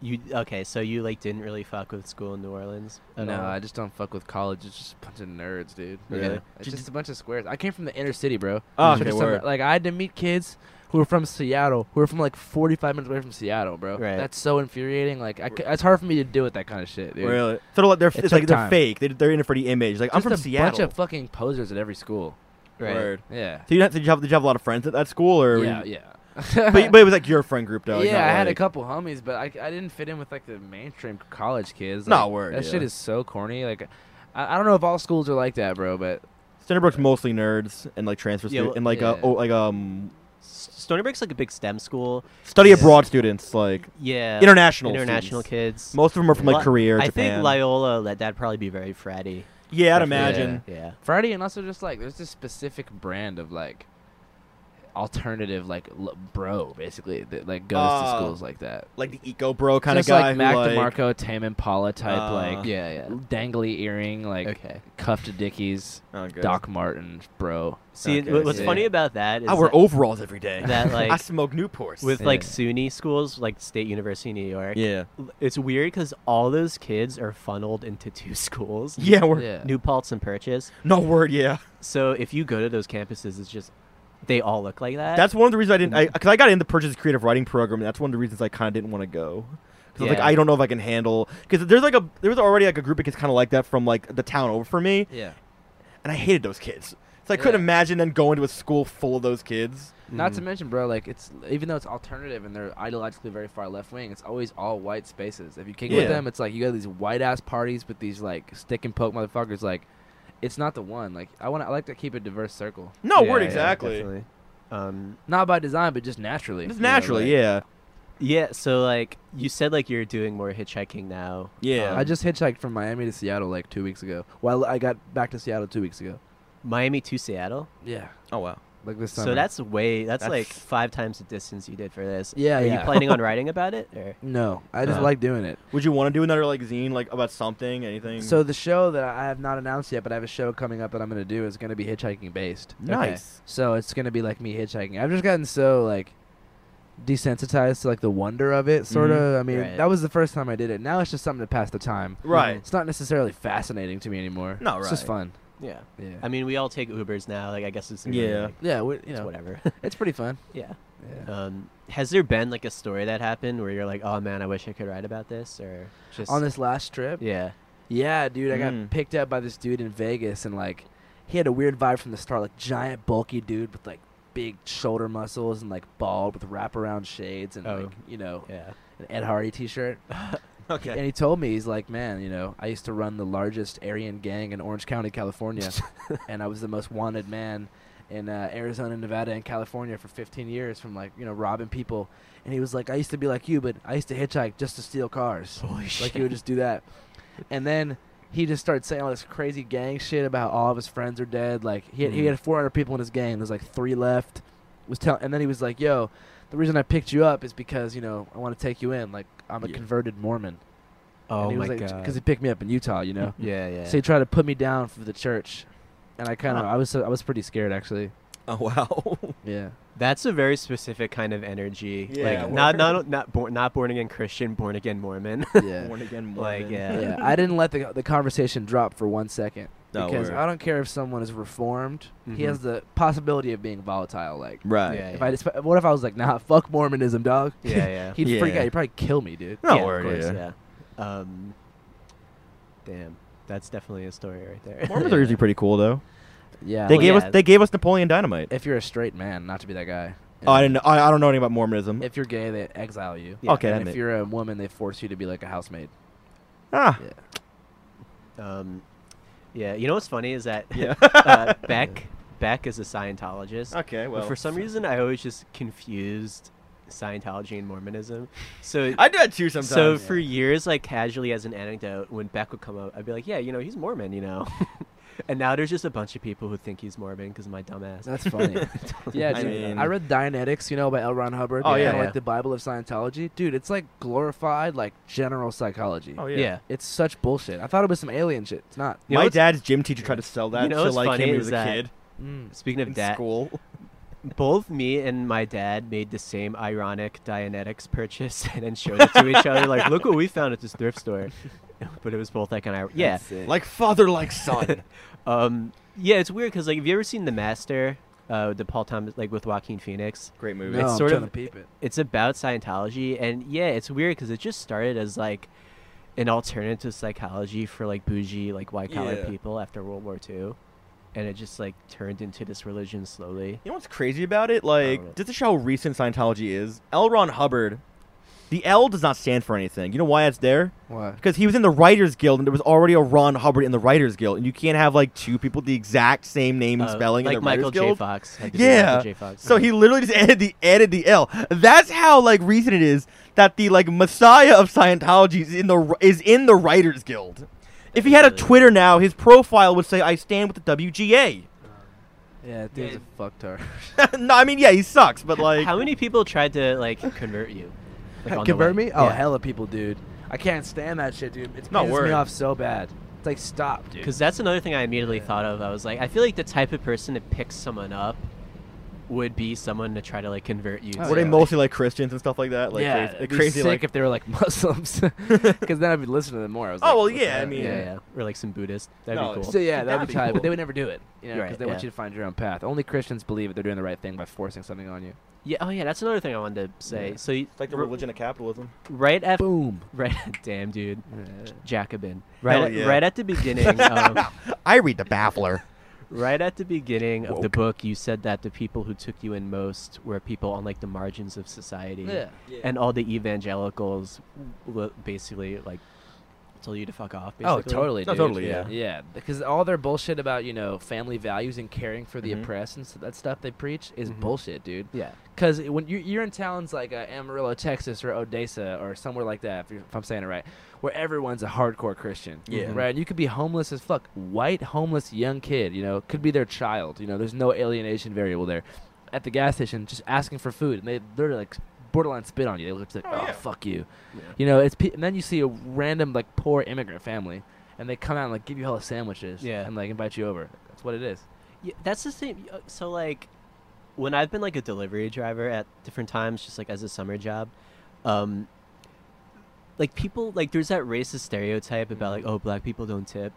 Speaker 7: you okay? So you like didn't really fuck with school in New Orleans? At
Speaker 6: No,
Speaker 7: all?
Speaker 6: I just don't fuck with college. It's just a bunch of nerds, dude.
Speaker 7: Really?
Speaker 6: Yeah. It's just a bunch of squares. I came from the inner city, bro.
Speaker 5: Oh,
Speaker 6: It's
Speaker 5: okay,
Speaker 6: just some-
Speaker 5: word.
Speaker 6: Like I had to meet kids who were from Seattle, who were from like 45 minutes away from Seattle, bro.
Speaker 7: Right.
Speaker 6: That's so infuriating. Like I c- it's hard for me to deal with that kind of shit, dude.
Speaker 5: Really? So like they're
Speaker 6: It
Speaker 5: it's like
Speaker 6: took
Speaker 5: they're
Speaker 6: time.
Speaker 5: fake. They, they're in it for the image. Like I'm
Speaker 6: Just
Speaker 5: from
Speaker 6: a
Speaker 5: Seattle.
Speaker 6: bunch of fucking posers at every school.
Speaker 7: Right.
Speaker 5: Word.
Speaker 6: Yeah.
Speaker 5: So you had, did you have did you have a lot of friends at that school or? were
Speaker 6: Yeah,
Speaker 5: you-
Speaker 6: yeah.
Speaker 5: But, but it was like your friend group though. like,
Speaker 6: yeah,
Speaker 5: not
Speaker 6: I had a
Speaker 5: like-
Speaker 6: couple homies, but I, I didn't fit in with like the mainstream college kids.
Speaker 5: Nah,
Speaker 6: Like,
Speaker 5: word,
Speaker 6: That
Speaker 5: yeah.
Speaker 6: shit is so corny. Like, I, I don't know if all schools are like that, bro. But
Speaker 5: Centerbrook's mostly nerds and like transfer
Speaker 7: Yeah,
Speaker 5: students
Speaker 7: well-
Speaker 5: and like uh,
Speaker 6: yeah.
Speaker 5: oh, like um
Speaker 7: S- Stony Brook's like a big STEM school.
Speaker 5: study
Speaker 7: Yeah.
Speaker 5: abroad students like
Speaker 7: Yeah.
Speaker 5: international
Speaker 7: International
Speaker 5: students.
Speaker 7: kids.
Speaker 5: Most of them are from
Speaker 7: Li-
Speaker 5: like Korea, or
Speaker 7: I
Speaker 5: Japan.
Speaker 7: think Loyola let that probably be very fratty.
Speaker 5: yeah, I'd
Speaker 7: Yeah.
Speaker 5: imagine.
Speaker 7: Yeah.
Speaker 6: Friday, and also just like there's this specific brand of like alternative like l- bro basically that like goes to
Speaker 5: Uh,
Speaker 6: schools like that.
Speaker 5: Like the eco bro kind
Speaker 6: Just
Speaker 5: of guy.
Speaker 6: like Mac
Speaker 5: who, like,
Speaker 6: DeMarco, Tame Impala type,
Speaker 5: Uh,
Speaker 6: like
Speaker 7: Yeah. Yeah.
Speaker 6: dangly earring, like
Speaker 7: Okay.
Speaker 6: cuffed dickies,
Speaker 5: Oh, good.
Speaker 6: Doc Martin, bro.
Speaker 7: See,
Speaker 5: Okay.
Speaker 7: wh- what's
Speaker 6: Yeah.
Speaker 7: funny about that is
Speaker 5: I wear
Speaker 7: that-
Speaker 5: overalls every day.
Speaker 7: that,
Speaker 5: I
Speaker 7: like,
Speaker 5: smoke Newports.
Speaker 7: with like
Speaker 6: Yeah.
Speaker 7: SUNY schools, like State University of New York.
Speaker 5: yeah,
Speaker 7: l- it's weird because all those kids are funneled into two schools
Speaker 5: yeah, we're
Speaker 6: Yeah.
Speaker 7: new paltz and purchase
Speaker 5: no word. Yeah,
Speaker 7: so if you go to those campuses it's just they all look like that.
Speaker 5: That's one of the reasons I didn't, I because I, got into Purge's creative writing program. And that's one of the reasons I kind of didn't want to go. 'Cause I was
Speaker 7: Yeah.
Speaker 5: like, I don't know if I can handle. Because there's like a, there was already like a group of kids kind of like that from like the town over from me,
Speaker 6: Yeah.
Speaker 5: and I hated those kids. So I couldn't
Speaker 6: Yeah.
Speaker 5: imagine then going to a school full of those kids.
Speaker 6: Not to
Speaker 5: Mm-hmm.
Speaker 6: mention, bro, like it's even though it's alternative and they're ideologically very far left wing, it's always all white spaces. If you kick
Speaker 5: Yeah.
Speaker 6: with them, it's like you go to these white ass parties with these like stick and poke motherfuckers. Like, it's not the one. Like, I want I like to keep a diverse circle,
Speaker 5: No
Speaker 7: Yeah,
Speaker 5: word
Speaker 7: yeah,
Speaker 5: exactly.
Speaker 7: definitely. um,
Speaker 6: not by design, but just naturally.
Speaker 5: Just
Speaker 6: you know,
Speaker 5: naturally,
Speaker 6: like-
Speaker 5: yeah.
Speaker 7: yeah. So like you said, like you're doing more hitchhiking now.
Speaker 5: Yeah.
Speaker 6: uh,
Speaker 5: Uh,
Speaker 6: I just hitchhiked from Miami to Seattle like two weeks ago. Well, I got back to Seattle two weeks ago.
Speaker 7: Miami to Seattle.
Speaker 6: Yeah,
Speaker 5: Oh wow.
Speaker 6: like this summer.
Speaker 7: So that's way. That's,
Speaker 5: That's-
Speaker 7: like five times the distance you did for this.
Speaker 6: Yeah,
Speaker 7: Are
Speaker 6: yeah.
Speaker 7: you planning on writing about it? Or?
Speaker 6: no, I
Speaker 5: Uh-huh.
Speaker 6: just
Speaker 7: Uh.
Speaker 6: like doing it.
Speaker 5: Would you want to do another like zine like about something, anything?
Speaker 6: So the show that I have not announced yet, but I have a show coming up that I'm gonna do is gonna be hitchhiking based.
Speaker 5: Nice.
Speaker 6: So it's gonna be like me hitchhiking. I've just gotten so like desensitized to like the wonder of it, sort of. I mean,
Speaker 7: Right.
Speaker 6: that was the first time I did it. Now it's just something to pass the time.
Speaker 5: Right.
Speaker 6: It's not necessarily fascinating to me anymore.
Speaker 5: No,
Speaker 6: It's just
Speaker 5: right.
Speaker 6: fun.
Speaker 7: Yeah.
Speaker 6: Yeah.
Speaker 7: I mean, we all take Ubers now. Like I guess it's really,
Speaker 5: Yeah.
Speaker 7: like,
Speaker 6: yeah. We, you
Speaker 7: it's
Speaker 6: know,
Speaker 7: whatever.
Speaker 6: it's pretty fun.
Speaker 7: yeah.
Speaker 6: Yeah.
Speaker 7: Um, has there been like a story that happened where you're like, oh man, I wish I could write about this, or just
Speaker 6: On this last trip,
Speaker 7: Yeah.
Speaker 6: Yeah, dude, I
Speaker 5: Mm.
Speaker 6: got picked up by this dude in Vegas, and like, he had a weird vibe from the start, like giant, bulky dude with like big shoulder muscles and like bald with wraparound shades and
Speaker 7: Oh.
Speaker 6: like you know
Speaker 7: Yeah.
Speaker 6: an Ed Hardy T-shirt.
Speaker 5: okay.
Speaker 6: And he told me he's like, man, you know, I used to run the largest Aryan gang in Orange County, California, and I was the most wanted man in uh, Arizona, Nevada, and California for 15 years from like you know robbing people. And he was like, I used to be like you, but I used to hitchhike just to steal cars.
Speaker 7: Holy
Speaker 6: Like he would just do that. And then he just started saying all this crazy gang shit about all of his friends are dead. Like he had, he
Speaker 7: Mhm.
Speaker 6: had 400 people in his gang. There's like three left. Was tell and then he was like, "Yo, the reason I picked you up is because you know I want to take you in. Like I'm a
Speaker 5: Yeah.
Speaker 6: converted Mormon."
Speaker 7: Oh
Speaker 6: and he
Speaker 7: my
Speaker 6: was like,
Speaker 7: god.
Speaker 6: Because he picked me up in Utah, you know.
Speaker 7: yeah, yeah.
Speaker 6: So he tried to put me down for the church, and I kind of
Speaker 5: Huh.
Speaker 6: I was so- I was pretty scared actually.
Speaker 5: oh wow.
Speaker 6: Yeah.
Speaker 7: That's a very specific kind of energy.
Speaker 5: Yeah,
Speaker 7: like not
Speaker 5: word.
Speaker 7: not not born not born again Christian, born again Mormon.
Speaker 6: Yeah.
Speaker 5: Born again
Speaker 7: like
Speaker 5: Mormon.
Speaker 7: yeah.
Speaker 6: yeah. I didn't let the the conversation drop for one second
Speaker 5: No
Speaker 6: because
Speaker 5: word.
Speaker 6: I don't care if someone is reformed. He
Speaker 7: Mhm.
Speaker 5: Mm-hmm.
Speaker 6: has the possibility of being volatile. Like
Speaker 5: Right.
Speaker 7: Yeah.
Speaker 6: if I just, what if I was like, nah, fuck Mormonism, dog.
Speaker 7: Yeah, yeah.
Speaker 6: He'd freak
Speaker 5: Yeah.
Speaker 6: out. He'd probably kill me, dude.
Speaker 5: No
Speaker 7: yeah, of
Speaker 5: word.
Speaker 7: course,
Speaker 5: yeah.
Speaker 7: yeah. Um Damn. That's definitely a story right there.
Speaker 5: Mormons are usually pretty cool
Speaker 6: Oh,
Speaker 5: though.
Speaker 6: Yeah.
Speaker 5: They
Speaker 7: Well,
Speaker 6: like,
Speaker 5: gave us
Speaker 7: yeah.
Speaker 5: they gave us Napoleon Dynamite.
Speaker 6: if you're a straight man, not to be that guy.
Speaker 5: Oh, I didn't. I, I don't know anything about Mormonism.
Speaker 6: If you're gay, they exile you.
Speaker 7: Yeah,
Speaker 5: okay, that
Speaker 6: and
Speaker 5: ma-
Speaker 6: if you're a woman, they force you to be like a housemaid.
Speaker 5: ah,
Speaker 6: Yeah.
Speaker 7: um Yeah, you know what's funny is that
Speaker 5: yeah.
Speaker 7: uh, Beck Beck is a Scientologist.
Speaker 5: okay, well,
Speaker 7: but for some reason I always just confused Scientology and Mormonism. So
Speaker 5: I do that too sometimes.
Speaker 7: So for years, like casually as an anecdote, when Beck would come up, I'd be like, "Yeah, you know, he's Mormon, you know." and now there's just a bunch of people who think he's Mormon because my dumbass.
Speaker 6: That's funny. yeah,
Speaker 5: I
Speaker 6: dude. I,
Speaker 5: mean-
Speaker 6: read Dianetics, you know, by L. Ron Hubbard.
Speaker 5: Oh, yeah,
Speaker 6: kinda
Speaker 7: yeah.
Speaker 6: Like the Bible of Scientology. Dude, it's like glorified, like general psychology.
Speaker 5: oh
Speaker 7: yeah.
Speaker 5: yeah.
Speaker 6: It's such bullshit. I thought it was some alien shit. It's not.
Speaker 7: You know
Speaker 5: My
Speaker 7: what's-
Speaker 5: dad's gym teacher tried to sell that
Speaker 7: You know
Speaker 5: to
Speaker 7: what's
Speaker 5: like
Speaker 7: funny
Speaker 5: him when he
Speaker 7: is
Speaker 5: was a
Speaker 7: that
Speaker 5: kid
Speaker 6: Mm.
Speaker 7: Speaking of
Speaker 5: in
Speaker 7: dad,
Speaker 5: school.
Speaker 7: both me and my dad made the same ironic Dianetics purchase and then showed it to each other. Like, look what we found at this thrift store. but it was both like an ir- yeah,
Speaker 5: Like father, like son.
Speaker 7: um, yeah. It's weird because like, have you ever seen The Master? Uh, the Paul Thomas, like with Joaquin Phoenix.
Speaker 5: Great movie.
Speaker 6: No,
Speaker 7: It's
Speaker 6: I'm
Speaker 7: sort
Speaker 6: trying
Speaker 7: of-
Speaker 6: to peep it.
Speaker 7: it's about Scientology, and yeah, it's weird because it just started as like an alternative psychology for like bougie, like white collar
Speaker 5: Yeah.
Speaker 7: people after World War II, and it just like turned into this religion slowly.
Speaker 5: You know what's crazy about it?
Speaker 7: know.
Speaker 5: Like, just to show how recent Scientology is, L. Ron Hubbard, the L does not stand for anything. You know why it's there?
Speaker 6: What?
Speaker 5: Because he was in the Writers Guild, and there was already a Ron Hubbard in the Writers Guild, and you can't have like two people with the exact same name and
Speaker 7: Uh,
Speaker 5: spelling
Speaker 7: like
Speaker 5: in the
Speaker 7: Michael
Speaker 5: Writers
Speaker 7: J.
Speaker 5: Guild.
Speaker 7: Fox. had to do
Speaker 5: Yeah.
Speaker 7: Michael J. Fox.
Speaker 5: So he literally just added the added the L. That's how like recent it is that the like Messiah of Scientology is in the is in the Writers Guild. If he had a
Speaker 7: Really?
Speaker 5: Twitter now, his profile would say "I stand with the WGA."
Speaker 6: Yeah, dude's a fucktard.
Speaker 5: no, I mean yeah, he sucks, but like
Speaker 7: how many people tried to like convert you? Like, on the
Speaker 6: Convert
Speaker 7: way?
Speaker 6: me? Oh,
Speaker 7: Yeah.
Speaker 6: hella people, dude. I can't stand that shit, dude. It
Speaker 5: No
Speaker 6: pisses
Speaker 5: word.
Speaker 6: me off so bad. It's like, stop, dude.
Speaker 7: Because that's another thing I immediately thought of. I was like, I feel like the type of person that picks someone up would be someone to try to like convert you.
Speaker 5: Were
Speaker 7: to,
Speaker 5: Oh, they
Speaker 7: like-
Speaker 5: mostly like Christians and stuff like that? Like
Speaker 6: yeah,
Speaker 5: crazy,
Speaker 6: it'd be
Speaker 5: crazy
Speaker 6: sick
Speaker 5: like
Speaker 6: if they were like Muslims, because then I'd be listening to them more. I was
Speaker 5: Oh,
Speaker 6: like,
Speaker 5: well,
Speaker 6: what the
Speaker 5: yeah, I
Speaker 6: heck?
Speaker 5: mean-
Speaker 7: yeah, yeah, or like some Buddhist. That'd
Speaker 5: No,
Speaker 7: be cool.
Speaker 6: So yeah, that'd
Speaker 5: That'd
Speaker 6: be
Speaker 5: be
Speaker 6: tight,
Speaker 5: cool.
Speaker 6: but they would never do it, you know,
Speaker 7: Right,
Speaker 6: because they want
Speaker 7: yeah.
Speaker 6: you to find your own path. Only Christians believe that they're doing the right thing by forcing something on you.
Speaker 7: Yeah. Oh yeah, that's another thing I wanted to say.
Speaker 6: Yeah.
Speaker 7: So y-
Speaker 5: it's like the religion of capitalism.
Speaker 7: right after,
Speaker 6: Boom.
Speaker 7: right, damn dude, Jacobin. Right,
Speaker 5: Hell
Speaker 7: at,
Speaker 5: yeah.
Speaker 7: right at the beginning. um,
Speaker 5: I read the Baffler.
Speaker 7: Right at the beginning of the book, you said that the people who took you in most were people on like the margins of society,
Speaker 6: Yeah.
Speaker 7: and all the evangelicals w- basically like told you to fuck off. Basically.
Speaker 6: Oh, totally.
Speaker 5: No,
Speaker 6: dude.
Speaker 5: totally, yeah.
Speaker 6: Yeah, because all their bullshit about you know family values and caring for the
Speaker 5: Mm-hmm.
Speaker 7: Mhm.
Speaker 6: oppressed and s- that stuff they preach is
Speaker 7: Mhm.
Speaker 6: bullshit, dude.
Speaker 7: Yeah,
Speaker 6: Because when you, you're in towns like uh, Amarillo, Texas, or Odessa, or somewhere like that, if, you're, if I'm saying it right, where everyone's a hardcore Christian,
Speaker 5: Yeah.
Speaker 6: right? And you could be homeless as fuck, white homeless young kid, you know, could be their child, you know. There's no alienation variable there. At the gas station, just asking for food, and they literally like borderline spit on you. They look like, oh,
Speaker 5: yeah.
Speaker 6: fuck you, you know. It's pe- and then you see a random like poor immigrant family, and they come out and like give you hella sandwiches,
Speaker 7: Yeah.
Speaker 6: and like invite you over. That's what it is.
Speaker 7: yeah. That's the same. uh, So like, when I've been like a delivery driver at different times, just like as a summer job, um, like people like there's that racist stereotype about
Speaker 5: Mm-hmm.
Speaker 7: like oh black people don't tip,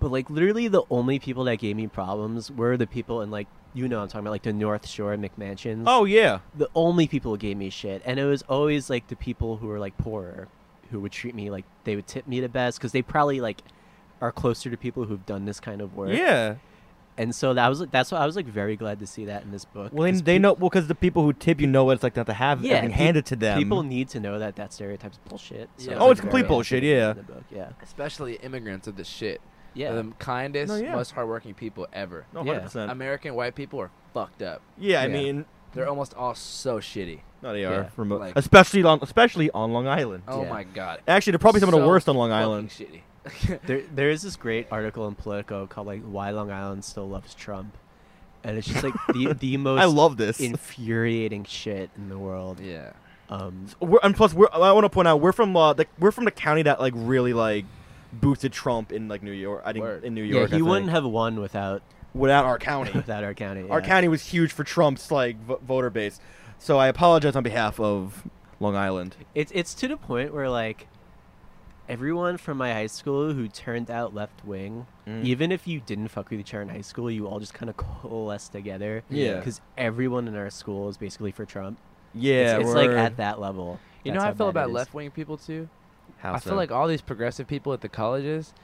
Speaker 7: but like literally the only people that gave me problems were the people in like you know what I'm talking about like the North Shore McMansions.
Speaker 5: Oh yeah,
Speaker 7: the only people who gave me shit, and it was always like the people who were like poorer, who would treat me like they would tip me the best because they probably like are closer to people who've done this kind of work.
Speaker 5: yeah.
Speaker 7: And so that was that's why I was like very glad to see that in this book.
Speaker 5: Well, they,
Speaker 7: 'cause
Speaker 5: they
Speaker 7: peop-
Speaker 5: know well because the people who tip you know what it's like not to have
Speaker 7: Yeah,
Speaker 5: everything
Speaker 7: pe-
Speaker 5: handed to them.
Speaker 7: People need to know that that stereotype's bullshit. So
Speaker 6: Yeah.
Speaker 7: I
Speaker 6: Oh,
Speaker 7: was
Speaker 6: it's
Speaker 7: very
Speaker 5: complete
Speaker 7: glad to
Speaker 5: bullshit,
Speaker 7: see that
Speaker 5: yeah.
Speaker 7: in the book, yeah. Um,
Speaker 6: Especially immigrants of the shit.
Speaker 7: Yeah.
Speaker 6: They're the kindest,
Speaker 5: No, yeah.
Speaker 6: most hardworking people ever.
Speaker 5: No,
Speaker 7: Yeah.
Speaker 5: 100%.
Speaker 6: American white people are fucked up.
Speaker 5: yeah, I
Speaker 7: Yeah.
Speaker 5: mean,
Speaker 6: They're almost all so shitty.
Speaker 5: no, they are
Speaker 7: Yeah,
Speaker 5: remote,
Speaker 6: like-
Speaker 5: especially on especially on Long Island.
Speaker 6: Oh
Speaker 7: Yeah.
Speaker 6: my god.
Speaker 5: Actually, they're probably some of the
Speaker 6: So
Speaker 5: worst on Long
Speaker 6: fucking
Speaker 5: Island.
Speaker 6: Shitty.
Speaker 7: there there is this great article in Politico called like Why Long Island Still Loves Trump. And it's just like the the most
Speaker 5: I love this.
Speaker 7: infuriating shit in the world.
Speaker 6: Yeah.
Speaker 7: Um
Speaker 5: we're, and plus, we're, I want to point out we're from uh, the, we're from the county that like really like boosted Trump in like New York. I think
Speaker 6: Word.
Speaker 5: in New York.
Speaker 7: yeah,
Speaker 5: I
Speaker 7: he wouldn't
Speaker 5: think,
Speaker 7: have won without
Speaker 5: without our county.
Speaker 7: without our county.
Speaker 5: Our
Speaker 7: yeah.
Speaker 5: county was huge for Trump's like v- voter base. So I apologize on behalf of Long Island.
Speaker 7: It's it's to the point where like everyone from my high school who turned out left wing,
Speaker 5: Mm.
Speaker 7: even if you didn't fuck with each other in high school, you all just kind of coalesced together.
Speaker 5: Yeah.
Speaker 7: because everyone in our school is basically for Trump.
Speaker 5: Yeah,
Speaker 7: it's, it's like
Speaker 5: we're-
Speaker 7: at that level.
Speaker 6: You know
Speaker 7: That's
Speaker 6: how I feel
Speaker 7: bad it
Speaker 6: about
Speaker 7: is.
Speaker 6: left wing people too?
Speaker 5: How
Speaker 6: I
Speaker 5: so?
Speaker 6: feel like all these progressive people at the colleges,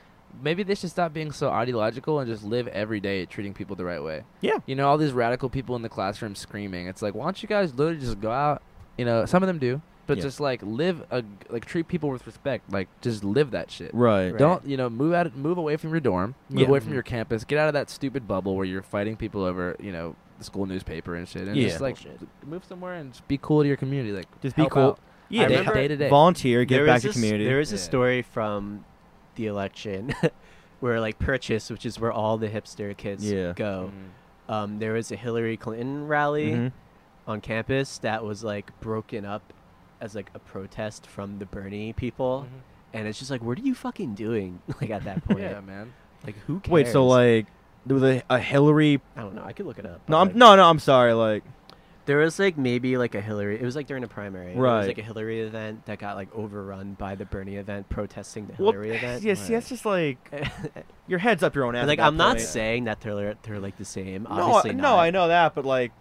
Speaker 6: maybe they should stop being so ideological and just live every day treating people the right way.
Speaker 5: Yeah.
Speaker 6: You know, all these radical people in the classroom screaming. It's like, why don't you guys literally just go out? You know, some of them do, but
Speaker 5: Yeah.
Speaker 6: just like live, a, like treat people with respect. Like, just live that shit.
Speaker 5: right.
Speaker 7: Right.
Speaker 6: Don't you know? Move out. Move away from your dorm. Move
Speaker 5: Yeah. Mm-hmm.
Speaker 6: away from your campus. Get out of that stupid bubble where you're fighting people over you know the school newspaper and shit. And
Speaker 5: Yeah.
Speaker 6: just like
Speaker 7: Bullshit.
Speaker 6: move somewhere and just be cool to your community. Like
Speaker 5: Just be
Speaker 6: help
Speaker 5: cool.
Speaker 6: out.
Speaker 5: Yeah,
Speaker 6: I
Speaker 5: they-
Speaker 6: remember- Day to day.
Speaker 5: volunteer, get
Speaker 7: There
Speaker 5: back
Speaker 7: is
Speaker 5: to
Speaker 7: this-
Speaker 5: community.
Speaker 7: There is a
Speaker 6: Yeah.
Speaker 7: story from the election where like Purchase, which is where all the hipster kids
Speaker 5: Yeah.
Speaker 6: Oh,
Speaker 7: go.
Speaker 6: Mm.
Speaker 5: Mm-hmm.
Speaker 7: Um, there was a Hillary Clinton rally.
Speaker 5: Mhm.
Speaker 7: on campus that was like broken up as like a protest from the Bernie people, and it's just like, what are you fucking doing? Like at that point,
Speaker 6: Yeah, man.
Speaker 7: like who cares?
Speaker 5: Wait, so like there was a, a Hillary?
Speaker 7: I don't know. I could look it up. but,
Speaker 5: No, I'm,
Speaker 7: like,
Speaker 5: no, no. I'm sorry. Like
Speaker 7: There was like maybe like a Hillary. It was like during a primary. It
Speaker 5: Right.
Speaker 7: was like a Hillary event that got like overrun by the Bernie event protesting the
Speaker 5: well,
Speaker 7: Hillary event.
Speaker 5: yeah. See, that's just like
Speaker 7: And,
Speaker 5: your head's up your own ass. at
Speaker 7: like
Speaker 5: that
Speaker 7: I'm not
Speaker 5: point.
Speaker 7: saying that they're they're like the same.
Speaker 5: No, I,
Speaker 7: Obviously
Speaker 5: no,
Speaker 7: not.
Speaker 5: I know that, but like,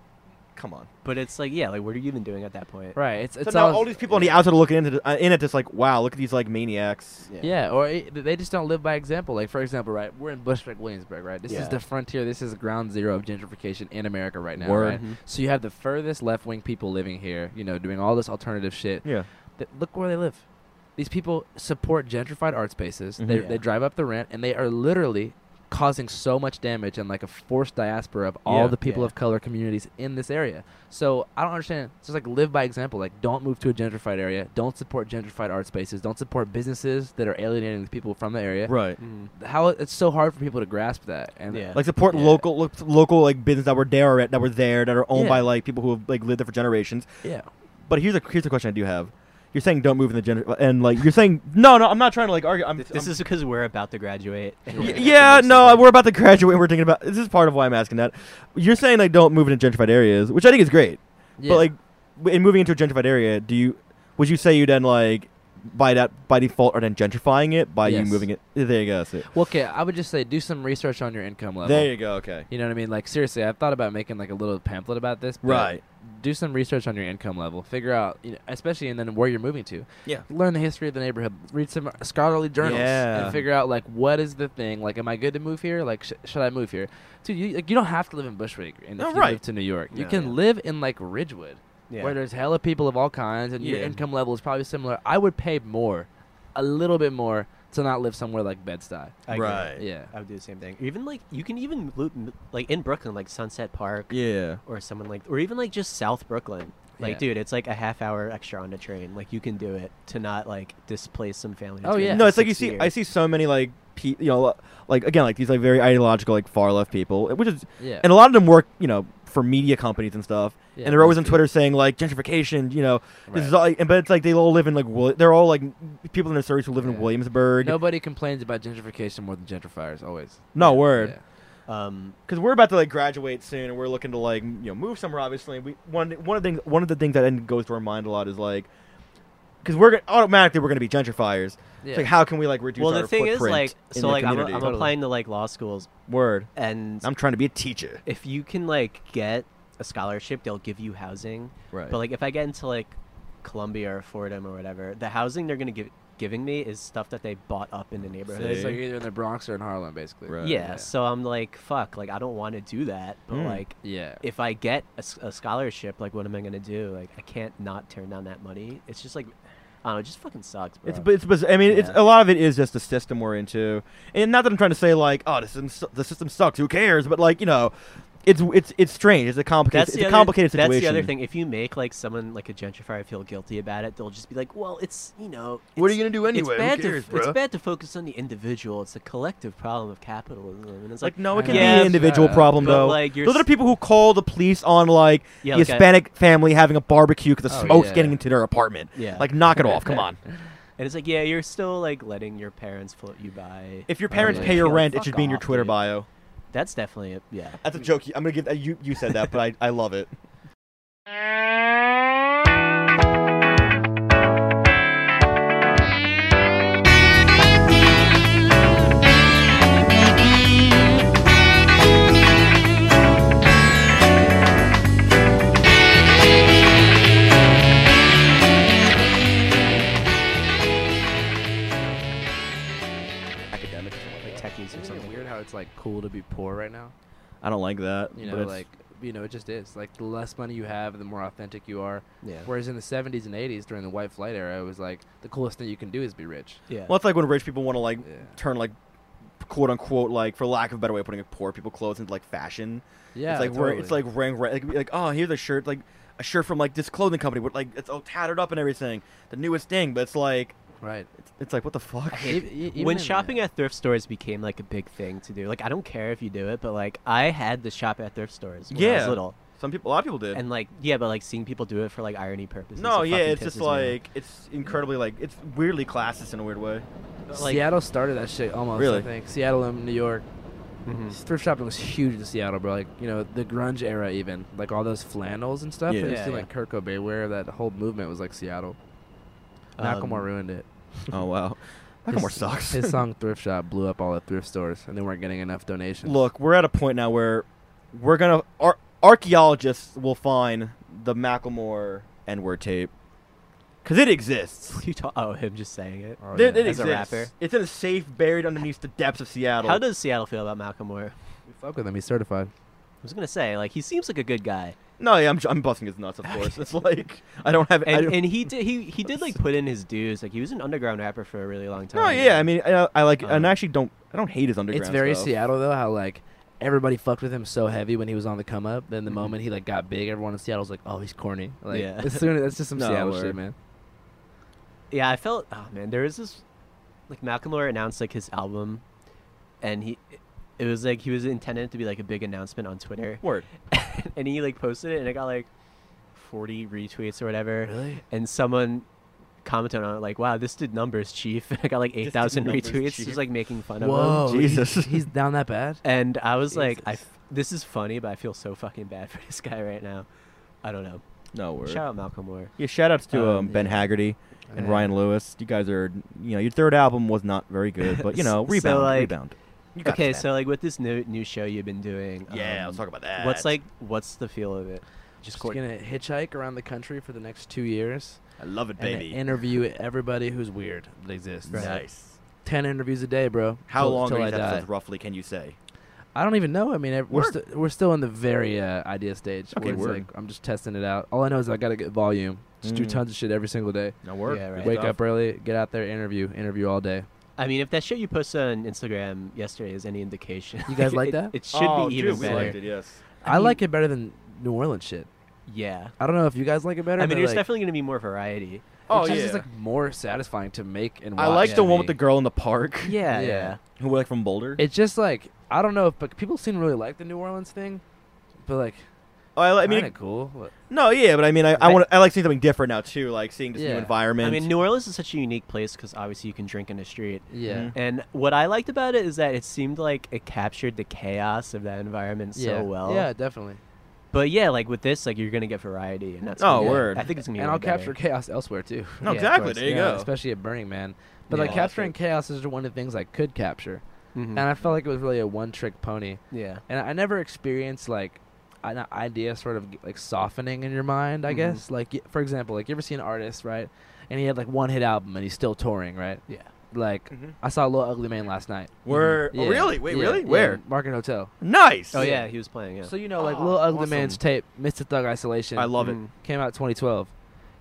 Speaker 5: come on.
Speaker 7: But it's like yeah, like what are you even doing at that point?
Speaker 6: Right. It's
Speaker 5: So
Speaker 6: it's
Speaker 5: now all these people on the outside are looking into the, uh, in at this like, wow, look at these like maniacs.
Speaker 6: Yeah, or it, they just don't live by example. Like for example, right? We're in Bushwick, Williamsburg, right? This
Speaker 7: Yeah.
Speaker 6: is the frontier. This is ground zero of gentrification in America right now.
Speaker 5: Word. Mm-hmm.
Speaker 6: Right?
Speaker 7: Mhm.
Speaker 6: So you have the furthest left wing people living here. You know, doing all this alternative shit.
Speaker 5: Yeah.
Speaker 6: that look where they live. These people support gentrified art spaces.
Speaker 5: Mhm.
Speaker 6: They,
Speaker 7: Yeah.
Speaker 6: they drive up the rent, and they are literally causing so much damage and like a forced diaspora of all
Speaker 5: Yeah.
Speaker 6: the people
Speaker 7: Yeah.
Speaker 6: of color communities in this area. So I don't understand. It's just like live by example. Like don't move to a gentrified area. Don't support gentrified art spaces. Don't support businesses that are alienating the people from the area.
Speaker 5: Right.
Speaker 7: Mhm.
Speaker 6: How it's so hard for people to grasp that. And
Speaker 7: Yeah.
Speaker 5: Mm-hmm. Like support
Speaker 6: Yeah.
Speaker 5: local lo- local like business that were there at, that were there that are owned
Speaker 6: Yeah.
Speaker 5: by like people who have like lived there for generations.
Speaker 6: yeah,
Speaker 5: But here's a here's a question I do have. You're saying don't move in the gender, and like you're saying no, no. I'm not trying to like argue. I'm,
Speaker 7: This
Speaker 5: I'm-
Speaker 7: is because we're about to graduate.
Speaker 5: Y- yeah, no, we're about to graduate. We're thinking about this is part of why I'm asking that. You're saying like don't move into gentrified areas, which I think is great.
Speaker 6: Yeah.
Speaker 5: But like w- in moving into a gentrified area, do you would you say you then like by that by default are then gentrifying it by
Speaker 6: Yes. Uh-huh.
Speaker 5: you moving it? There you go. That's it.
Speaker 6: Well, okay, I would just say do some research on your income level.
Speaker 5: There you go. Okay.
Speaker 6: You know what I mean? Like seriously, I've thought about making like a little pamphlet about this. but
Speaker 5: Right.
Speaker 6: Do some research on your income level. Figure out, you know, especially and then where you're moving to.
Speaker 5: Yeah.
Speaker 6: Learn the history of the neighborhood. Read some scholarly journals
Speaker 5: Yeah.
Speaker 6: and figure out like what is the thing. Like, am I good to move here? Like, sh- should I move here? Dude, you, like, you don't have to live in Bushwick and
Speaker 5: No,
Speaker 6: if you
Speaker 5: Oh, right.
Speaker 6: move to New York. You
Speaker 7: No,
Speaker 6: can
Speaker 7: yeah.
Speaker 6: live in like Ridgewood,
Speaker 7: Yeah.
Speaker 6: where there's hella people of all kinds, and your
Speaker 5: Yeah.
Speaker 6: income level is probably similar. I would pay more, a little bit more, to not live somewhere like Bed Stuy.
Speaker 7: I agree.
Speaker 5: Right.
Speaker 6: Yeah.
Speaker 7: I would do the same thing. Even like you can even loop, like in Brooklyn, like Sunset Park,
Speaker 5: Yeah.
Speaker 7: or someone like, or even like just South Brooklyn. Like,
Speaker 6: Yeah.
Speaker 7: dude, it's like a half hour extra on the train. Like, you can do it to not like displace some family.
Speaker 6: Oh,
Speaker 7: that's been
Speaker 6: yeah.
Speaker 7: there
Speaker 5: No,
Speaker 7: for
Speaker 5: it's like you
Speaker 7: 60
Speaker 5: see.
Speaker 7: years.
Speaker 5: I see so many like pe- you know like again like these like very ideological like far left people, which is
Speaker 6: Yeah.
Speaker 5: and a lot of them work you know for media companies and stuff.
Speaker 6: Yeah,
Speaker 5: and they're always on
Speaker 6: must be.
Speaker 5: Twitter saying like gentrification, you know, this is
Speaker 6: Right.
Speaker 5: all. And, but it's like they all live in like Wil- they're all like people in their 30s who live
Speaker 6: Yeah.
Speaker 5: in Williamsburg.
Speaker 6: Nobody complains about gentrification more than gentrifiers, always.
Speaker 5: No word.
Speaker 7: Um,
Speaker 5: because we're about to like graduate soon, and we're looking to like m- you know move somewhere. Obviously, we one one of the things one of the things that then goes to our mind a lot is like because we're gonna, automatically we're going to be gentrifiers.
Speaker 6: Yeah.
Speaker 5: It's like how can we like reduce
Speaker 7: well,
Speaker 5: our
Speaker 7: the thing is,
Speaker 5: footprint
Speaker 7: like,
Speaker 5: in
Speaker 7: so
Speaker 5: the
Speaker 7: like I'm,
Speaker 5: community?
Speaker 7: I'm applying to like law schools,
Speaker 5: word.
Speaker 7: and
Speaker 5: I'm trying to be a teacher.
Speaker 7: if you can like get a scholarship, they'll give you housing.
Speaker 5: Right.
Speaker 7: But like if I get into like Columbia or Fordham or whatever, the housing they're gonna give giving me is stuff that they bought up in the neighborhood.
Speaker 6: It's like you're either in the Bronx or in Harlem, basically.
Speaker 5: Right.
Speaker 7: Yeah, so I'm like, fuck, like I don't want to do that, but
Speaker 5: Mm.
Speaker 7: like
Speaker 6: Yeah.
Speaker 7: if I get a, s- a scholarship, like what am I gonna do? Like I can't not turn down that money. It's just like, I don't know, it just fucking sucks, bro.
Speaker 5: It's, but it's, bizar- I mean, it's
Speaker 7: Yeah.
Speaker 5: a lot of it is just the system we're into, and not that I'm trying to say like, oh, the system, su- the system sucks. Who cares? But like, you know, it's it's it's strange. It's a complicated,
Speaker 7: that's
Speaker 5: it's
Speaker 7: the
Speaker 5: a
Speaker 7: other,
Speaker 5: complicated
Speaker 7: that's
Speaker 5: situation.
Speaker 7: the other thing. If you make like someone like a gentrifier feel guilty about it, they'll just be like, "Well, it's you know."
Speaker 9: What are
Speaker 7: it's-
Speaker 9: you gonna do anyway?
Speaker 7: It's
Speaker 9: Who
Speaker 7: bad,
Speaker 9: cares,
Speaker 7: to,
Speaker 9: bro?
Speaker 7: it's bad to focus on the individual. It's a collective problem of capitalism, and it's like,
Speaker 5: Like, no, it can
Speaker 7: yeah,
Speaker 5: be an individual
Speaker 6: but,
Speaker 5: problem
Speaker 7: but,
Speaker 5: though.
Speaker 7: like, you're
Speaker 5: Those are the
Speaker 7: s-
Speaker 5: people who call the police on like
Speaker 7: Yeah,
Speaker 5: the
Speaker 7: like a-
Speaker 5: Hispanic family having a barbecue because the
Speaker 6: Oh,
Speaker 5: smoke's
Speaker 6: yeah.
Speaker 5: getting into their apartment.
Speaker 7: Yeah.
Speaker 5: like knock it off. Come on.
Speaker 7: and it's like, yeah, you're still like letting your parents float you by.
Speaker 5: If your
Speaker 7: Oh,
Speaker 5: parents
Speaker 7: yeah.
Speaker 5: pay your
Speaker 7: Like,
Speaker 5: rent, it
Speaker 7: fuck
Speaker 5: should be in your
Speaker 7: off,
Speaker 5: Twitter
Speaker 7: dude.
Speaker 5: bio.
Speaker 7: That's definitely it. Yeah.
Speaker 5: That's a joke. I'm gonna give uh, you. You said that, but I, I love it. Academics.
Speaker 7: Like tech news or
Speaker 6: Isn't it
Speaker 7: something.
Speaker 6: weird how it's like cool to be poor right now?
Speaker 5: I don't like that.
Speaker 6: You
Speaker 5: but
Speaker 6: know,
Speaker 5: it's-
Speaker 6: like you know, it just is. Like the less money you have, the more authentic you are.
Speaker 7: Yeah.
Speaker 6: Whereas in the '70s and '80s, during the white flight era, it was like the coolest thing you can do is be rich.
Speaker 7: Yeah.
Speaker 5: Well, it's like when rich people want to like
Speaker 6: Yeah.
Speaker 5: turn like quote unquote like for lack of a better way of putting it, poor people clothes into like fashion.
Speaker 6: Yeah,
Speaker 5: it's like we're it's like wearing red, like, like oh here's a shirt like a shirt from like this clothing company with like it's all tattered up and everything, the newest thing. But it's like
Speaker 6: right.
Speaker 5: it's, it's like what the fuck?
Speaker 6: E- e- even in
Speaker 7: when
Speaker 6: the-
Speaker 7: shopping at thrift stores became like a big thing to do, like I don't care if you do it, but like I had to shop at thrift stores when I was
Speaker 5: Yeah.
Speaker 7: little,
Speaker 5: Some people, a lot of people did.
Speaker 7: and like yeah, but like seeing people do it for like irony purposes.
Speaker 5: no,
Speaker 7: it
Speaker 5: yeah,
Speaker 7: fucking
Speaker 5: it's just
Speaker 7: pisses me off.
Speaker 5: like it's incredibly like it's weirdly classist in a weird way.
Speaker 7: like-
Speaker 6: Seattle started that shit almost. I
Speaker 5: Really? Mm-hmm.
Speaker 6: think Seattle and New York.
Speaker 7: Mhm.
Speaker 6: Thrift shopping was huge in Seattle, bro. Like you know the grunge era, even like all those flannels and stuff.
Speaker 5: Yeah.
Speaker 6: Yeah,
Speaker 7: Yeah,
Speaker 6: like Kurt Cobain wear. That whole movement was like Seattle. Macklemore
Speaker 7: Um,
Speaker 6: ruined it.
Speaker 5: oh wow, Macklemore
Speaker 6: His-
Speaker 5: sucks.
Speaker 6: His song Thrift Shop blew up all the thrift stores, and they weren't getting enough donations.
Speaker 5: Look, we're at a point now where we're gonna ar- archaeologists will find the Macklemore N-word tape because it exists.
Speaker 7: You talk- oh, him just saying it.
Speaker 6: Oh,
Speaker 5: It, it
Speaker 6: yeah.
Speaker 7: As a
Speaker 5: exists.
Speaker 7: rapper.
Speaker 5: It's in a safe buried underneath the depths of Seattle.
Speaker 7: How does Seattle feel about Malcolm Moore?
Speaker 6: We fuck with him. He's certified.
Speaker 7: I was gonna say like he seems like a good guy,
Speaker 5: no, yeah, I'm, I'm busting his nuts, of course. It's like I don't have. I
Speaker 7: and,
Speaker 5: don't-
Speaker 7: and he did he he did like put in his dues. Like he was an underground rapper for a really long time.
Speaker 5: no, yeah, I mean, I, I like, and
Speaker 7: Um,
Speaker 5: I actually don't, I don't hate his underground.
Speaker 6: It's very
Speaker 5: stuff.
Speaker 6: Seattle though. How like everybody fucked with him so heavy when he was on the come up.
Speaker 5: Mm-hmm.
Speaker 6: Then the moment he like got big, everyone in Seattle's like, "Oh, he's corny." Like,
Speaker 7: Yeah.
Speaker 6: as soon as, that's just some
Speaker 5: No,
Speaker 6: Seattle
Speaker 5: word.
Speaker 6: shit, man.
Speaker 7: Yeah, I felt oh man, there was this like Macklemore announced like his album and he it was like he was intended to be like a big announcement on Twitter.
Speaker 5: Word.
Speaker 7: and he like posted it and it got like 40 retweets or whatever.
Speaker 6: Really?
Speaker 7: And someone commented on it like, "Wow, this did numbers, chief." I got like eight thousand
Speaker 5: numbers,
Speaker 7: retweets,
Speaker 5: chief.
Speaker 7: just like making fun of him.
Speaker 6: Whoa,
Speaker 5: Jesus.
Speaker 6: he's, he's down that bad.
Speaker 7: And I was like, I
Speaker 6: Jesus.
Speaker 7: f- "This is funny, but I feel so fucking bad for this guy right now." I don't know.
Speaker 5: No word.
Speaker 7: Shout out Malcolm Moore.
Speaker 5: Yeah, shout outs to
Speaker 7: Um,
Speaker 5: um, Ben Haggerty and Ryan Lewis. You guys are, you know, your third album was not very good, but you know,
Speaker 7: So,
Speaker 5: rebound,
Speaker 7: like,
Speaker 5: rebound. You got
Speaker 7: okay,
Speaker 5: this,
Speaker 7: so like with this new new show you've been doing,
Speaker 5: man. yeah,
Speaker 7: um,
Speaker 5: let's talk about that.
Speaker 7: What's like? What's the feel of it? Just,
Speaker 6: Just gonna hitchhike around the country for the next two years
Speaker 5: I love it,
Speaker 6: and
Speaker 5: baby.
Speaker 6: interview everybody who's weird that exists.
Speaker 5: Nice.
Speaker 6: Ten interviews a day, bro.
Speaker 5: How
Speaker 6: till-
Speaker 5: long
Speaker 6: till
Speaker 5: are
Speaker 6: I
Speaker 5: these
Speaker 6: die.
Speaker 5: episodes roughly? Can you say?
Speaker 6: I don't even know. I mean, ev- we're
Speaker 5: Word.
Speaker 6: sti- we're still in the very uh, idea stage.
Speaker 5: Okay,
Speaker 6: where it's
Speaker 5: word.
Speaker 6: like I'm just testing it out. All I know is I gotta get volume. Just do
Speaker 5: Mm.
Speaker 6: tons of shit every single day.
Speaker 5: No word.
Speaker 7: Yeah, right.
Speaker 6: Wake up early, get out there, interview, interview all day.
Speaker 7: I mean, if that show you posted on Instagram yesterday is any indication,
Speaker 6: You guys like
Speaker 7: it-
Speaker 6: that?
Speaker 7: It should be even
Speaker 5: Oh, we
Speaker 7: better.
Speaker 5: liked it. Yes.
Speaker 6: I, like it better than New Orleans shit.
Speaker 7: Yeah.
Speaker 6: I don't know if you guys like it better.
Speaker 7: I mean,
Speaker 6: but
Speaker 7: there's
Speaker 6: like,
Speaker 7: definitely going to be more variety.
Speaker 5: Oh
Speaker 6: it's
Speaker 5: yeah.
Speaker 6: just, it's like more satisfying to make and watch.
Speaker 5: I like the
Speaker 6: to
Speaker 5: one with
Speaker 6: me.
Speaker 5: the girl in the park
Speaker 7: Yeah,
Speaker 6: Yeah.
Speaker 7: yeah.
Speaker 5: who like from Boulder.
Speaker 6: It's just like I don't know if but people seem to really like the New Orleans thing, but like
Speaker 5: oh, I, li- I
Speaker 6: I
Speaker 5: mean,
Speaker 6: mean, cool. What-
Speaker 5: no, yeah, but I mean, I, I
Speaker 7: I-
Speaker 5: want I like seeing something different now too, like seeing this new
Speaker 6: Yeah.
Speaker 5: environment.
Speaker 7: I mean, New Orleans is such a unique place because obviously you can drink in the street.
Speaker 6: Yeah,
Speaker 5: Mhm.
Speaker 7: And what I liked about it is that it seemed like it captured the chaos of that environment
Speaker 6: yeah,
Speaker 7: so well.
Speaker 6: Yeah, definitely.
Speaker 7: But yeah, like with this, like you're gonna get variety, and that's
Speaker 5: Oh,
Speaker 7: gonna be-
Speaker 5: word.
Speaker 7: I think it's gonna be.
Speaker 6: And
Speaker 7: way
Speaker 6: I'll
Speaker 7: better.
Speaker 6: capture chaos elsewhere too.
Speaker 5: no,
Speaker 7: yeah, of
Speaker 5: exactly.
Speaker 7: course.
Speaker 5: There you
Speaker 6: Yeah,
Speaker 5: go.
Speaker 6: Especially at Burning Man. But
Speaker 7: Yeah.
Speaker 6: like capturing chaos is one of the things I could capture,
Speaker 7: Mhm.
Speaker 6: and I
Speaker 5: Mm-hmm.
Speaker 6: felt like it was really a one-trick pony.
Speaker 7: yeah.
Speaker 6: And I I never experienced like an idea sort of like softening in your mind. I
Speaker 5: Mm-hmm.
Speaker 7: Mhm.
Speaker 6: guess like y- for example, like you ever see an artist right, and he had like one hit album and he's still touring right.
Speaker 7: Yeah.
Speaker 6: Like
Speaker 5: Mhm.
Speaker 6: I saw Little Ugly Man last night.
Speaker 5: Where?
Speaker 6: Mm-hmm. Yeah,
Speaker 5: Oh, really? Wait,
Speaker 6: yeah,
Speaker 5: really?
Speaker 6: yeah,
Speaker 5: Where?
Speaker 6: Market Hotel.
Speaker 5: Nice.
Speaker 7: Oh yeah, he was playing. Yeah.
Speaker 6: So you know, like
Speaker 5: Oh,
Speaker 6: Lil Ugly
Speaker 5: awesome.
Speaker 6: Man's tape, Mr. Thug Isolation, mm,
Speaker 5: I love it.
Speaker 7: Mhm.
Speaker 6: came out 2012.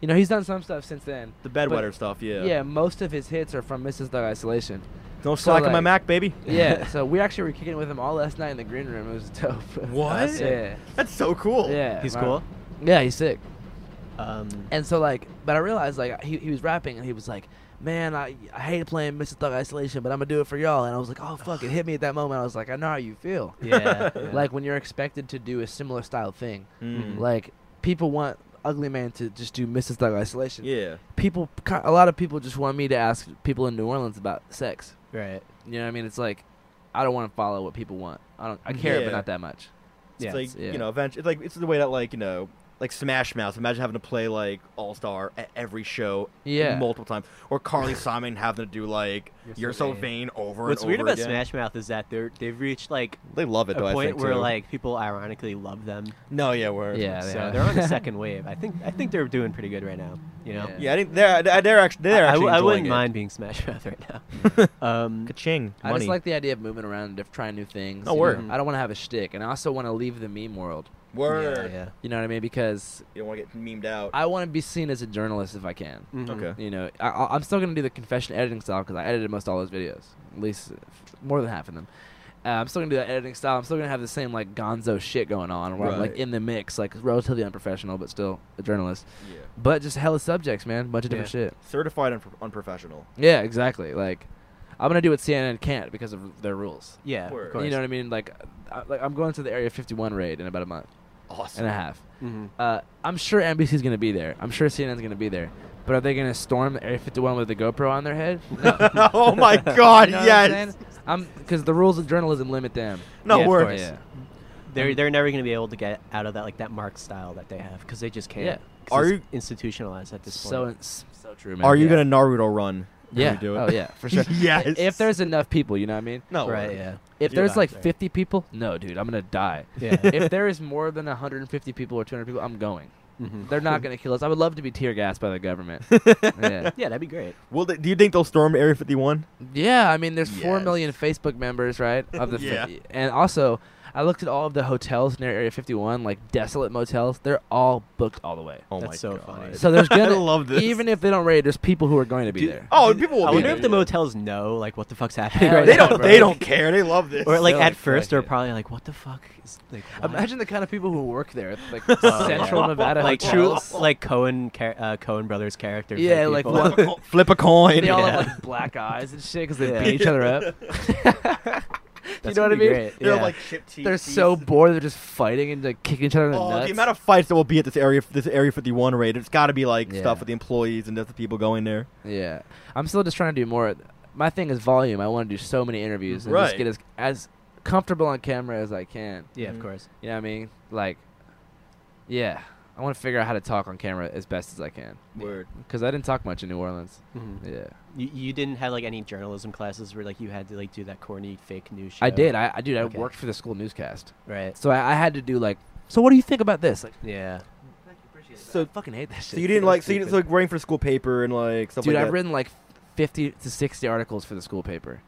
Speaker 6: You know, he's done some stuff since then.
Speaker 5: The bedwetter stuff. Yeah.
Speaker 6: Yeah. most of his hits are from Mrs. Thug Isolation.
Speaker 5: Don't
Speaker 6: So,
Speaker 5: slack on my
Speaker 6: like-
Speaker 5: Mac, baby.
Speaker 6: Yeah, so we actually were kicking it with him all last night in the green room. It was dope.
Speaker 5: What?
Speaker 6: yeah,
Speaker 5: That's so cool.
Speaker 6: yeah.
Speaker 7: He's
Speaker 6: my-
Speaker 7: cool.
Speaker 6: Yeah, he's sick.
Speaker 7: Um,
Speaker 6: And so like, but I realized like he, he was rapping and he was like, man, I, I hate playing Mrs. Thug Isolation, but I'm gonna do it for y'all. And I was like, oh fuck, it hit me at that moment. I was like, I know how you feel.
Speaker 7: yeah. yeah.
Speaker 6: Like when you're expected to do a similar style thing.
Speaker 5: Mm.
Speaker 6: Like people want Ugly Man to just do Mrs. Thug Isolation.
Speaker 5: Yeah.
Speaker 6: People, ki- a lot of people just want me to ask people in New Orleans about sex.
Speaker 7: right.
Speaker 6: You know what I mean? It's like I don't want to follow what people want. I don't. I care,
Speaker 5: Yeah.
Speaker 6: but not that much.
Speaker 5: It's
Speaker 7: Yeah.
Speaker 5: like
Speaker 6: yeah.
Speaker 5: you know, eventually, it's like it's the way that like you know, like Smash Mouth. Imagine having to play like All Star at every show,
Speaker 6: Yeah.
Speaker 5: multiple times, or Carly Simon having to do like You're, so, vain. over
Speaker 7: What's
Speaker 5: and
Speaker 7: weird
Speaker 5: over
Speaker 7: about
Speaker 5: again.
Speaker 7: Smash Mouth is that they're they've reached like
Speaker 5: They love it though.
Speaker 7: a
Speaker 5: I
Speaker 7: point
Speaker 5: think,
Speaker 7: where
Speaker 5: too.
Speaker 7: like people ironically love them.
Speaker 5: no, yeah, we're
Speaker 6: Yeah, they
Speaker 7: so
Speaker 6: are.
Speaker 7: they're on the second wave. I think I think they're doing pretty good right now. You know,
Speaker 6: Yeah.
Speaker 5: yeah. I think they're they're they're actually they're
Speaker 7: I, I,
Speaker 5: actually
Speaker 7: I
Speaker 5: enjoying
Speaker 7: wouldn't
Speaker 5: it.
Speaker 7: mind being Smash Mouth right now. um,
Speaker 5: Ka-ching,
Speaker 6: I
Speaker 5: money.
Speaker 6: just like the idea of moving around and diff- trying new things.
Speaker 5: No
Speaker 6: you
Speaker 5: word.
Speaker 6: know? I don't want to have a shtick, and I also want to leave the meme world.
Speaker 5: word.
Speaker 7: yeah, yeah.
Speaker 6: You know what I mean? Because
Speaker 5: You don't want to get memed out.
Speaker 6: I want to be seen as a journalist if I can.
Speaker 7: Mhm.
Speaker 5: okay.
Speaker 6: You know, I- I, I'm still gonna do the confession editing style because I edited most all those videos, at least uh, f- more than half of them. Uh, I'm still gonna do that editing style. I'm still gonna have the same like Gonzo shit going on, where I'm like
Speaker 5: Right.
Speaker 6: in the mix, like relatively unprofessional, but still a journalist.
Speaker 5: Yeah.
Speaker 6: But just hella subjects, man, bunch of different shit.
Speaker 5: Certified unpro- unprofessional.
Speaker 6: Yeah, exactly. Like, I'm gonna do what CNN can't because of their rules.
Speaker 7: Yeah, of
Speaker 5: Word.
Speaker 7: course.
Speaker 6: You know what I mean? Like, I, like I'm going to the Area 51 raid in about a month
Speaker 5: Awesome.
Speaker 6: and a half.
Speaker 5: Mm-hmm.
Speaker 7: Mhm.
Speaker 6: Uh, I'm sure NBC's gonna be there. I'm sure CNN's gonna be there. But are they gonna storm Area 51 with a GoPro on their head? No.
Speaker 5: oh my God!
Speaker 6: You know what I'm
Speaker 5: yes.
Speaker 6: saying? I'm because the rules of journalism limit them. Oh,
Speaker 5: No
Speaker 7: Yeah, of
Speaker 5: word.
Speaker 7: course. They're they're never gonna be able to get out of that like that mark style that they have because they just can't.
Speaker 6: Yeah.
Speaker 7: 'Cause
Speaker 5: Are
Speaker 7: it's institutionalized at this
Speaker 6: So
Speaker 7: point?
Speaker 6: it's so true, man.
Speaker 5: Are you
Speaker 6: Yeah.
Speaker 5: gonna Naruto run? when
Speaker 6: Yeah.
Speaker 5: we do it?
Speaker 6: Oh yeah, for sure.
Speaker 5: Yes.
Speaker 6: I- If there's enough people, you know what I mean.
Speaker 5: no
Speaker 7: right?
Speaker 5: word.
Speaker 7: Yeah.
Speaker 6: If
Speaker 7: You're
Speaker 6: there's
Speaker 7: not
Speaker 6: like
Speaker 7: there.
Speaker 6: 50 people, no, dude, I'm gonna die.
Speaker 7: Yeah.
Speaker 6: if there is more than 150 people or 200 people, I'm going.
Speaker 5: Mm-hmm.
Speaker 7: Mhm.
Speaker 6: They're not gonna kill us. I would love to be tear gassed by the government. yeah.
Speaker 7: Yeah, that'd be great.
Speaker 5: Will they, do you think they'll storm Area 51?
Speaker 6: Yeah, I mean, there's four
Speaker 5: Yes.
Speaker 6: million Facebook members, right? Of the
Speaker 5: Yeah.
Speaker 6: fif- and also, I looked at all of the hotels near Area 51, like desolate motels. They're all booked all the way.
Speaker 5: Oh
Speaker 7: That's so funny.
Speaker 6: So there's gonna
Speaker 5: love this.
Speaker 6: even if they don't raid, there's people who are going to be
Speaker 7: Dude,
Speaker 6: there.
Speaker 5: Oh, people will
Speaker 7: I
Speaker 5: be
Speaker 7: wonder
Speaker 5: there,
Speaker 7: if the
Speaker 5: yeah.
Speaker 7: motels know like what the fuckck's happening
Speaker 6: Hell
Speaker 7: right
Speaker 5: They
Speaker 7: now.
Speaker 6: Yeah,
Speaker 5: don't.
Speaker 6: bro.
Speaker 5: They don't care. They love this.
Speaker 7: Or like
Speaker 6: They're
Speaker 7: at
Speaker 6: like,
Speaker 7: first
Speaker 6: fuck
Speaker 7: they're
Speaker 6: it.
Speaker 7: probably like, what the fuck is like? why?
Speaker 6: Imagine the kind of people who work there, at, like
Speaker 7: Oh,
Speaker 6: Central
Speaker 7: yeah.
Speaker 6: Nevada
Speaker 7: like true,
Speaker 6: hotels.
Speaker 7: like Cohen, char- uh, Cohen brothers character. type
Speaker 6: Yeah, like
Speaker 7: people.
Speaker 6: one-
Speaker 5: flip a coin.
Speaker 6: they all
Speaker 7: Yeah.
Speaker 6: have like black eyes and shit because they
Speaker 7: Yeah.
Speaker 6: beat each other up. you
Speaker 7: That's
Speaker 6: know what I
Speaker 7: gonna be
Speaker 6: mean?
Speaker 7: great.
Speaker 5: They're
Speaker 6: Yeah.
Speaker 5: like chip teeth.
Speaker 6: They're so bored. They're just fighting and like kicking each other in the
Speaker 5: Oh,
Speaker 6: nuts.
Speaker 5: the amount of fights that will be at this area, this Area 51 raid, it's got to be like
Speaker 6: Yeah.
Speaker 5: stuff with the employees and just the people going there.
Speaker 6: yeah, I'm still just trying to do more. My thing is volume. I want to do so many interviews and
Speaker 5: Right.
Speaker 6: just get as as comfortable on camera as I can.
Speaker 7: Yeah, of course.
Speaker 6: You know what I mean? Like, yeah, I want to figure out how to talk on camera as best as I can.
Speaker 5: Word.
Speaker 6: Cause I didn't talk much in New Orleans.
Speaker 7: Mhm.
Speaker 6: Yeah,
Speaker 7: You, you didn't have like any journalism classes where like you had to like do that corny fake news show.
Speaker 6: I did. I, I dude, I
Speaker 7: Okay.
Speaker 6: worked for the school newscast,
Speaker 7: Right.
Speaker 6: so I, I had to do like. So what do you think about this? Like,
Speaker 7: Yeah.
Speaker 6: so I fucking hate that shit.
Speaker 5: So you didn't like, so you
Speaker 6: Stupid.
Speaker 5: didn't, so like writing for school paper and like stuff
Speaker 6: dude,
Speaker 5: like
Speaker 6: I've
Speaker 5: that.
Speaker 6: written like fifty to sixty articles for the school paper.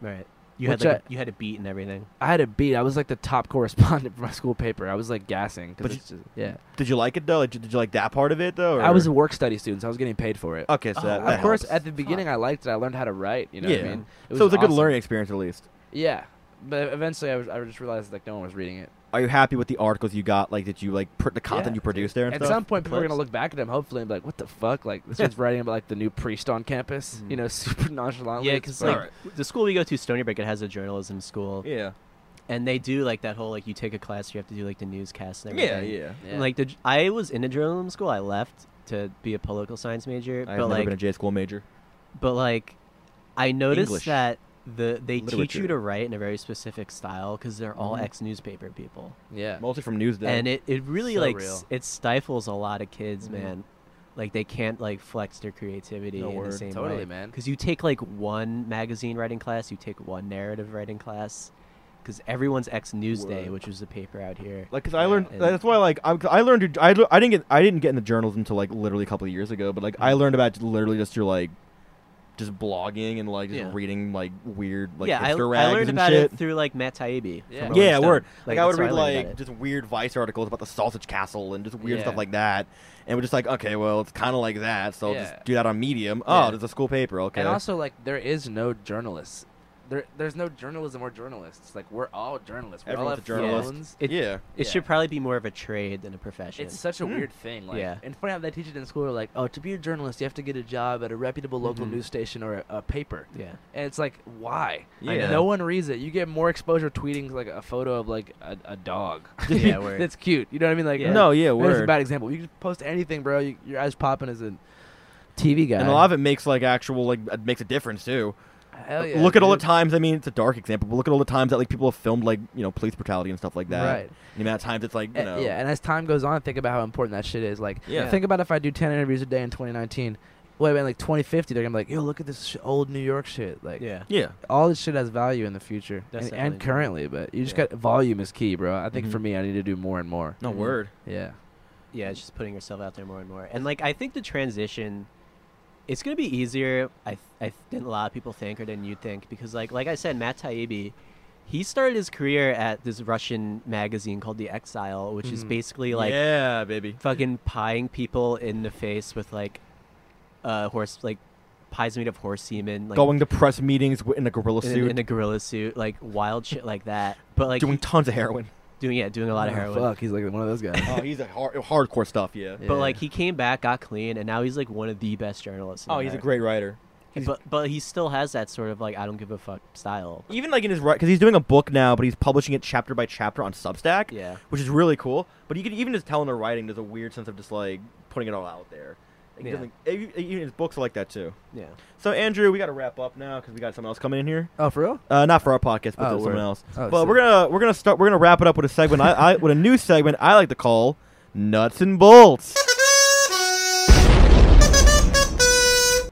Speaker 7: Right. You had
Speaker 6: Which
Speaker 7: like,
Speaker 6: I-
Speaker 7: a- you had a beat and everything.
Speaker 6: I had a beat. I was like the top correspondent for my school paper. I was like gassing. 'cause
Speaker 5: But
Speaker 6: it's just, yeah,
Speaker 5: Did you like it though? Like, did you like that part of it though?
Speaker 6: I was a
Speaker 5: or-
Speaker 6: work study student, so I was getting paid for it.
Speaker 5: okay. So that,
Speaker 6: of
Speaker 5: that
Speaker 6: course,
Speaker 5: helps.
Speaker 6: at the beginning, I liked it. I learned how to write. You know what
Speaker 5: Yeah.
Speaker 6: I mean?
Speaker 5: so it was a good
Speaker 6: awesome.
Speaker 5: learning experience at least.
Speaker 6: Yeah, but eventually, I, was, I just realized like no one was reading it.
Speaker 5: Are you happy with the articles you got? Like, did you like pr- the
Speaker 6: Yeah,
Speaker 5: content you produced there? And
Speaker 6: At
Speaker 5: stuff?
Speaker 6: some point, people are gonna look back at them, hopefully, and be like, "What the fuck?" Like this one's writing about like the new priest on campus,
Speaker 5: Mm-hmm.
Speaker 6: you know, super nonchalantly.
Speaker 7: Yeah,
Speaker 6: It's
Speaker 7: because
Speaker 6: like,
Speaker 7: like the school we go to, Stony Brook, it has a journalism school,
Speaker 5: Yeah.
Speaker 7: and they do like that whole like you take a class, you have to do like the newscast and
Speaker 5: Yeah.
Speaker 7: everything.
Speaker 5: Yeah.
Speaker 6: yeah.
Speaker 7: And, like the, j- I was in a journalism school. I left to be a political science major,
Speaker 5: I've
Speaker 7: but
Speaker 5: never
Speaker 7: like,
Speaker 5: been a J school major.
Speaker 7: but like, I noticed
Speaker 5: English.
Speaker 7: that the they teach
Speaker 5: Literature.
Speaker 7: you to write in a very specific style because they're all ex newspaper people,
Speaker 6: yeah,
Speaker 5: Mostly from Newsday.
Speaker 7: and it it really
Speaker 6: So
Speaker 7: like s-
Speaker 6: real.
Speaker 7: it stifles a lot of kids, man. Like they can't like flex their creativity
Speaker 5: Mm-hmm. No
Speaker 7: in
Speaker 5: word.
Speaker 7: the same
Speaker 6: Totally,
Speaker 7: way.
Speaker 6: man.
Speaker 7: Because you take like one magazine writing class, you take one narrative writing class, because everyone's ex Newsday,
Speaker 5: Word.
Speaker 7: which was the paper out here.
Speaker 5: Like, cause I learned.
Speaker 7: and-
Speaker 5: that's why, like, I'm, 'cause I learned. I, I didn't get. I didn't get into journalism until like literally a couple of years ago. But like,
Speaker 7: Mm-hmm.
Speaker 5: I learned about literally just your like, just blogging and like just
Speaker 7: Yeah.
Speaker 5: reading like weird like
Speaker 7: yeah, I, I
Speaker 5: hipster rags
Speaker 7: learned
Speaker 5: and
Speaker 7: about
Speaker 5: shit.
Speaker 7: it through like Matt Taibbi.
Speaker 6: Yeah.
Speaker 7: from Rolling
Speaker 5: yeah,
Speaker 7: Stone.
Speaker 5: word. Like, I would
Speaker 7: that's how
Speaker 5: read
Speaker 7: learned
Speaker 5: like
Speaker 7: about it.
Speaker 5: just weird Vice articles about the Sausage Castle and just weird stuff
Speaker 6: Yeah.
Speaker 5: like that. And we're just like, okay, well, it's kind of like that. So I'll
Speaker 6: Yeah.
Speaker 5: just do that on Medium. Oh,
Speaker 6: Yeah.
Speaker 5: there's a school paper. Okay.
Speaker 6: and also like there is no journalists. There, there's no journalism or journalists. Like we're all journalists. We all
Speaker 5: Everyone's
Speaker 6: have
Speaker 5: a journalist.
Speaker 6: phones.
Speaker 7: it-
Speaker 5: yeah.
Speaker 6: Yeah.
Speaker 7: It should probably be more of a trade than a profession.
Speaker 6: It's such a
Speaker 5: Hmm.
Speaker 6: weird thing. Like,
Speaker 7: Yeah.
Speaker 6: And funny how they teach it in school. Like, oh, to be a journalist, you have to get a job at a reputable local news station or a, a paper.
Speaker 7: yeah.
Speaker 6: And it's like, why?
Speaker 5: I know.
Speaker 6: No one reads it. You get more exposure tweeting like a photo of like a, a dog.
Speaker 7: Yeah, word.
Speaker 6: That's cute. You know what I mean? Like,
Speaker 7: Yeah.
Speaker 5: No, yeah,
Speaker 6: That's a
Speaker 5: word.
Speaker 6: bad example. You can post anything, bro. You, your eyes popping as a TV guy.
Speaker 5: And a lot of it makes like actual like it makes a difference too.
Speaker 6: Hell Oh, yeah,
Speaker 5: look at all the
Speaker 6: dude.
Speaker 5: times. I mean, it's a dark example, but look at all the times that like people have filmed like you know police brutality and stuff like that.
Speaker 6: Right.
Speaker 5: The amount of times it's like you
Speaker 6: A-
Speaker 5: know.
Speaker 6: Eh, Yeah, and as time goes on, think about how important that shit is. Like,
Speaker 5: Yeah.
Speaker 6: think about if I do 10 interviews a day in 2019. Wait, man, like 2050, they're going to be like, yo, look at this sh- old New York shit. Like,
Speaker 7: Yeah.
Speaker 5: Yeah.
Speaker 6: all this shit has value in the future
Speaker 7: That's
Speaker 6: and, and
Speaker 7: definitely-
Speaker 6: currently, but you just
Speaker 7: Yeah.
Speaker 6: got volume is key, bro. I think for me, I need to do more and more.
Speaker 5: No word.
Speaker 6: Yeah.
Speaker 7: Yeah, it's just putting yourself out there more and more. And like I think the transition it's going to be easier I, I than a lot of people think or than you think because like like I said Matt Taibbi he started his career at this Russian magazine called The Exile, which is basically like
Speaker 5: Mm-hmm. yeah, baby.
Speaker 7: fucking pieing people in the face with like uh horse like pies made of horse semen like
Speaker 5: Going to press meetings w- in a gorilla
Speaker 7: in,
Speaker 5: suit,
Speaker 7: in a gorilla suit like wild shit like that but like
Speaker 5: doing tons of heroin.
Speaker 7: doing yeah doing a lot of
Speaker 6: Oh,
Speaker 7: heroin
Speaker 6: Fuck, he's like one of those guys.
Speaker 5: oh, he's a hard, hardcore stuff. Yeah.
Speaker 7: But like he came back, got clean, and now he's like one of the best journalists. in
Speaker 5: Oh, he's a
Speaker 7: America.
Speaker 5: great writer. he's-
Speaker 7: But but he still has that sort of like I don't give a fuck style.
Speaker 5: Even like in his because he's doing a book now, but he's publishing it chapter by chapter on Substack.
Speaker 7: Yeah.
Speaker 5: Which is really cool. But you can even just tell in the writing, there's a weird sense of just like putting it all out there. Like, he
Speaker 7: Yeah.
Speaker 5: doesn't- e- Even his books are like that too.
Speaker 7: Yeah.
Speaker 5: So Andrew, we got to wrap up now because we got someone else coming in here.
Speaker 6: oh, for real?
Speaker 5: Uh, not for our podcast, but
Speaker 6: Oh,
Speaker 5: for someone
Speaker 6: word.
Speaker 5: else.
Speaker 6: Oh,
Speaker 5: but
Speaker 6: sick.
Speaker 5: we're gonna we're gonna start we're gonna wrap it up with a segment. I, I with a new segment I like to call nuts and bolts.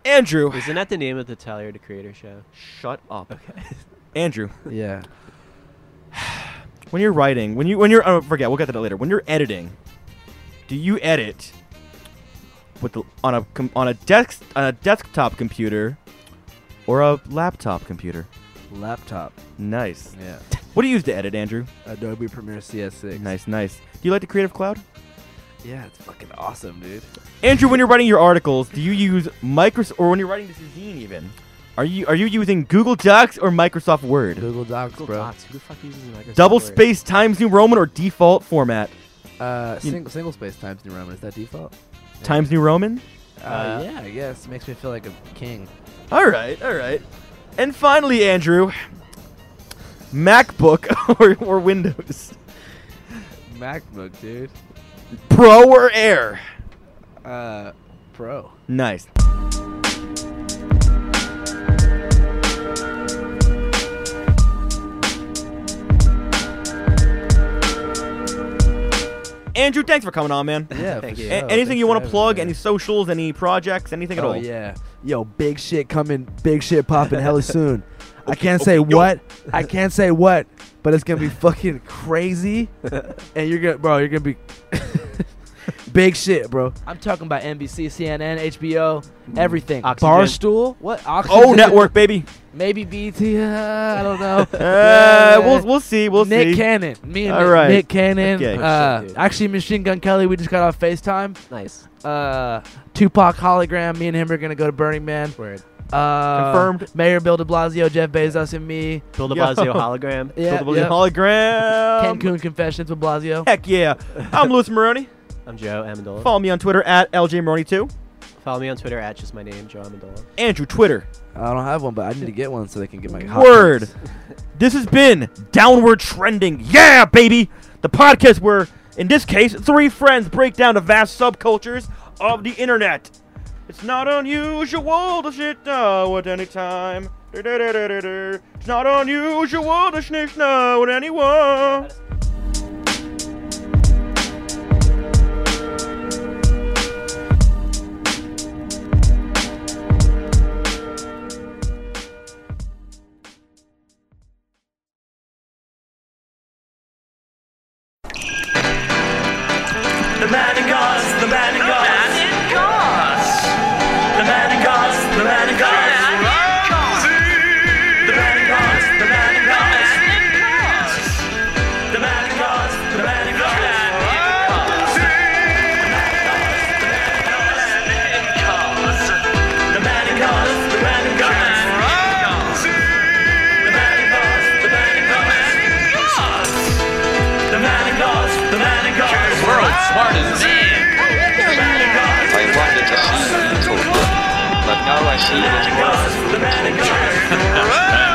Speaker 5: Andrew,
Speaker 7: Isn't that the name of the Tyler the Creator show?
Speaker 5: shut up. Andrew,
Speaker 6: Yeah.
Speaker 5: when you're writing, when you when you're oh, forget, we'll get to that later. When you're editing, do you edit with the, on a com- on a desk on a desktop computer or a laptop computer?
Speaker 6: Laptop.
Speaker 5: Nice.
Speaker 6: Yeah.
Speaker 5: What do you use to edit, Andrew?
Speaker 6: Adobe Premiere CS6.
Speaker 5: Nice, nice. Do you like the Creative Cloud?
Speaker 6: Yeah, it's fucking awesome, dude.
Speaker 5: Andrew, when you're writing your articles, do you use Microsoft or when you're writing this zine even? Are you are you using Google Docs or Microsoft Word?
Speaker 6: Google Docs,
Speaker 7: Google
Speaker 6: bro.
Speaker 7: Docs. Who the fuck uses Microsoft
Speaker 5: Double
Speaker 7: Word?
Speaker 5: space Times New Roman or default format?
Speaker 6: Uh,
Speaker 5: You-
Speaker 6: single, single space times New Roman. Is that default?
Speaker 5: Times New Roman?
Speaker 6: Uh, yeah, I guess. Makes me feel like a king.
Speaker 5: All right, all right. And finally, Andrew, MacBook or, or Windows?
Speaker 6: MacBook, dude.
Speaker 5: Pro or Air?
Speaker 6: Uh, pro.
Speaker 5: Nice. Andrew, thanks for coming on, man.
Speaker 6: Yeah.
Speaker 7: Thank
Speaker 6: for
Speaker 7: you.
Speaker 5: A-
Speaker 6: sure.
Speaker 5: anything
Speaker 6: Oh, Thanks
Speaker 5: you want
Speaker 6: for
Speaker 5: to
Speaker 6: having
Speaker 5: plug?
Speaker 6: me.
Speaker 5: Any socials? Any projects? Anything at
Speaker 6: oh
Speaker 5: all?
Speaker 6: yeah. Yo, big shit coming. Big shit popping hella soon. I can't say
Speaker 5: okay, yo.
Speaker 6: what. I can't say what. But it's gonna be fucking crazy. and you're gonna, bro. You're gonna be. Big shit, bro. Mm. I'm talking about NBC, CNN, HBO, everything.
Speaker 7: Oxygen.
Speaker 6: Barstool, what? Oxygen.
Speaker 5: Oh, network, baby.
Speaker 6: Maybe BT. Uh, I don't know.
Speaker 5: Uh, We'll we'll see. We'll
Speaker 6: Nick
Speaker 5: see.
Speaker 6: Cannon. Me and
Speaker 5: All
Speaker 6: Nick,
Speaker 5: right.
Speaker 6: Nick Cannon.
Speaker 5: Okay.
Speaker 6: Uh,
Speaker 7: Oh, shit, dude.
Speaker 6: actually, Machine Gun Kelly, we just got off FaceTime.
Speaker 7: Nice.
Speaker 6: Uh, Tupac hologram. Me and him are going to go to Burning Man.
Speaker 7: Word.
Speaker 6: Uh,
Speaker 5: Confirmed.
Speaker 6: Mayor Bill de Blasio, Jeff Bezos, and me.
Speaker 7: Bill de
Speaker 5: Yo.
Speaker 7: Blasio hologram.
Speaker 6: Yeah,
Speaker 5: Buildable
Speaker 6: yeah.
Speaker 5: hologram.
Speaker 6: Cancun Confessions with Blasio.
Speaker 5: Heck yeah. I'm Louis Maroney.
Speaker 7: I'm Joe Amendola.
Speaker 5: Follow me on Twitter at LJMaroney2.
Speaker 7: Follow me on Twitter at just my name, Joe Amendola.
Speaker 5: Andrew, Twitter.
Speaker 6: I don't have one, but I need to get one so they can get my hot
Speaker 5: Word.
Speaker 6: takes.
Speaker 5: This has been Downward Trending. Yeah, baby. The podcast where, in this case, three friends break down the vast subcultures of the internet. It's not unusual to sit down at any time. Du-du-du-du-du-du. It's not unusual to snitch now with anyone.
Speaker 2: The man in gods, the man in gods. The man in gods, the man in gods. The man in gods, the man in gods. The man in gods, the man in gods. The man in gods, the man in gods. The man in gods, the man in gods. The man in gods, the man in gods. World smart as The man in gods.
Speaker 10: I wanted to see you, but now I see that you
Speaker 2: The man in gods.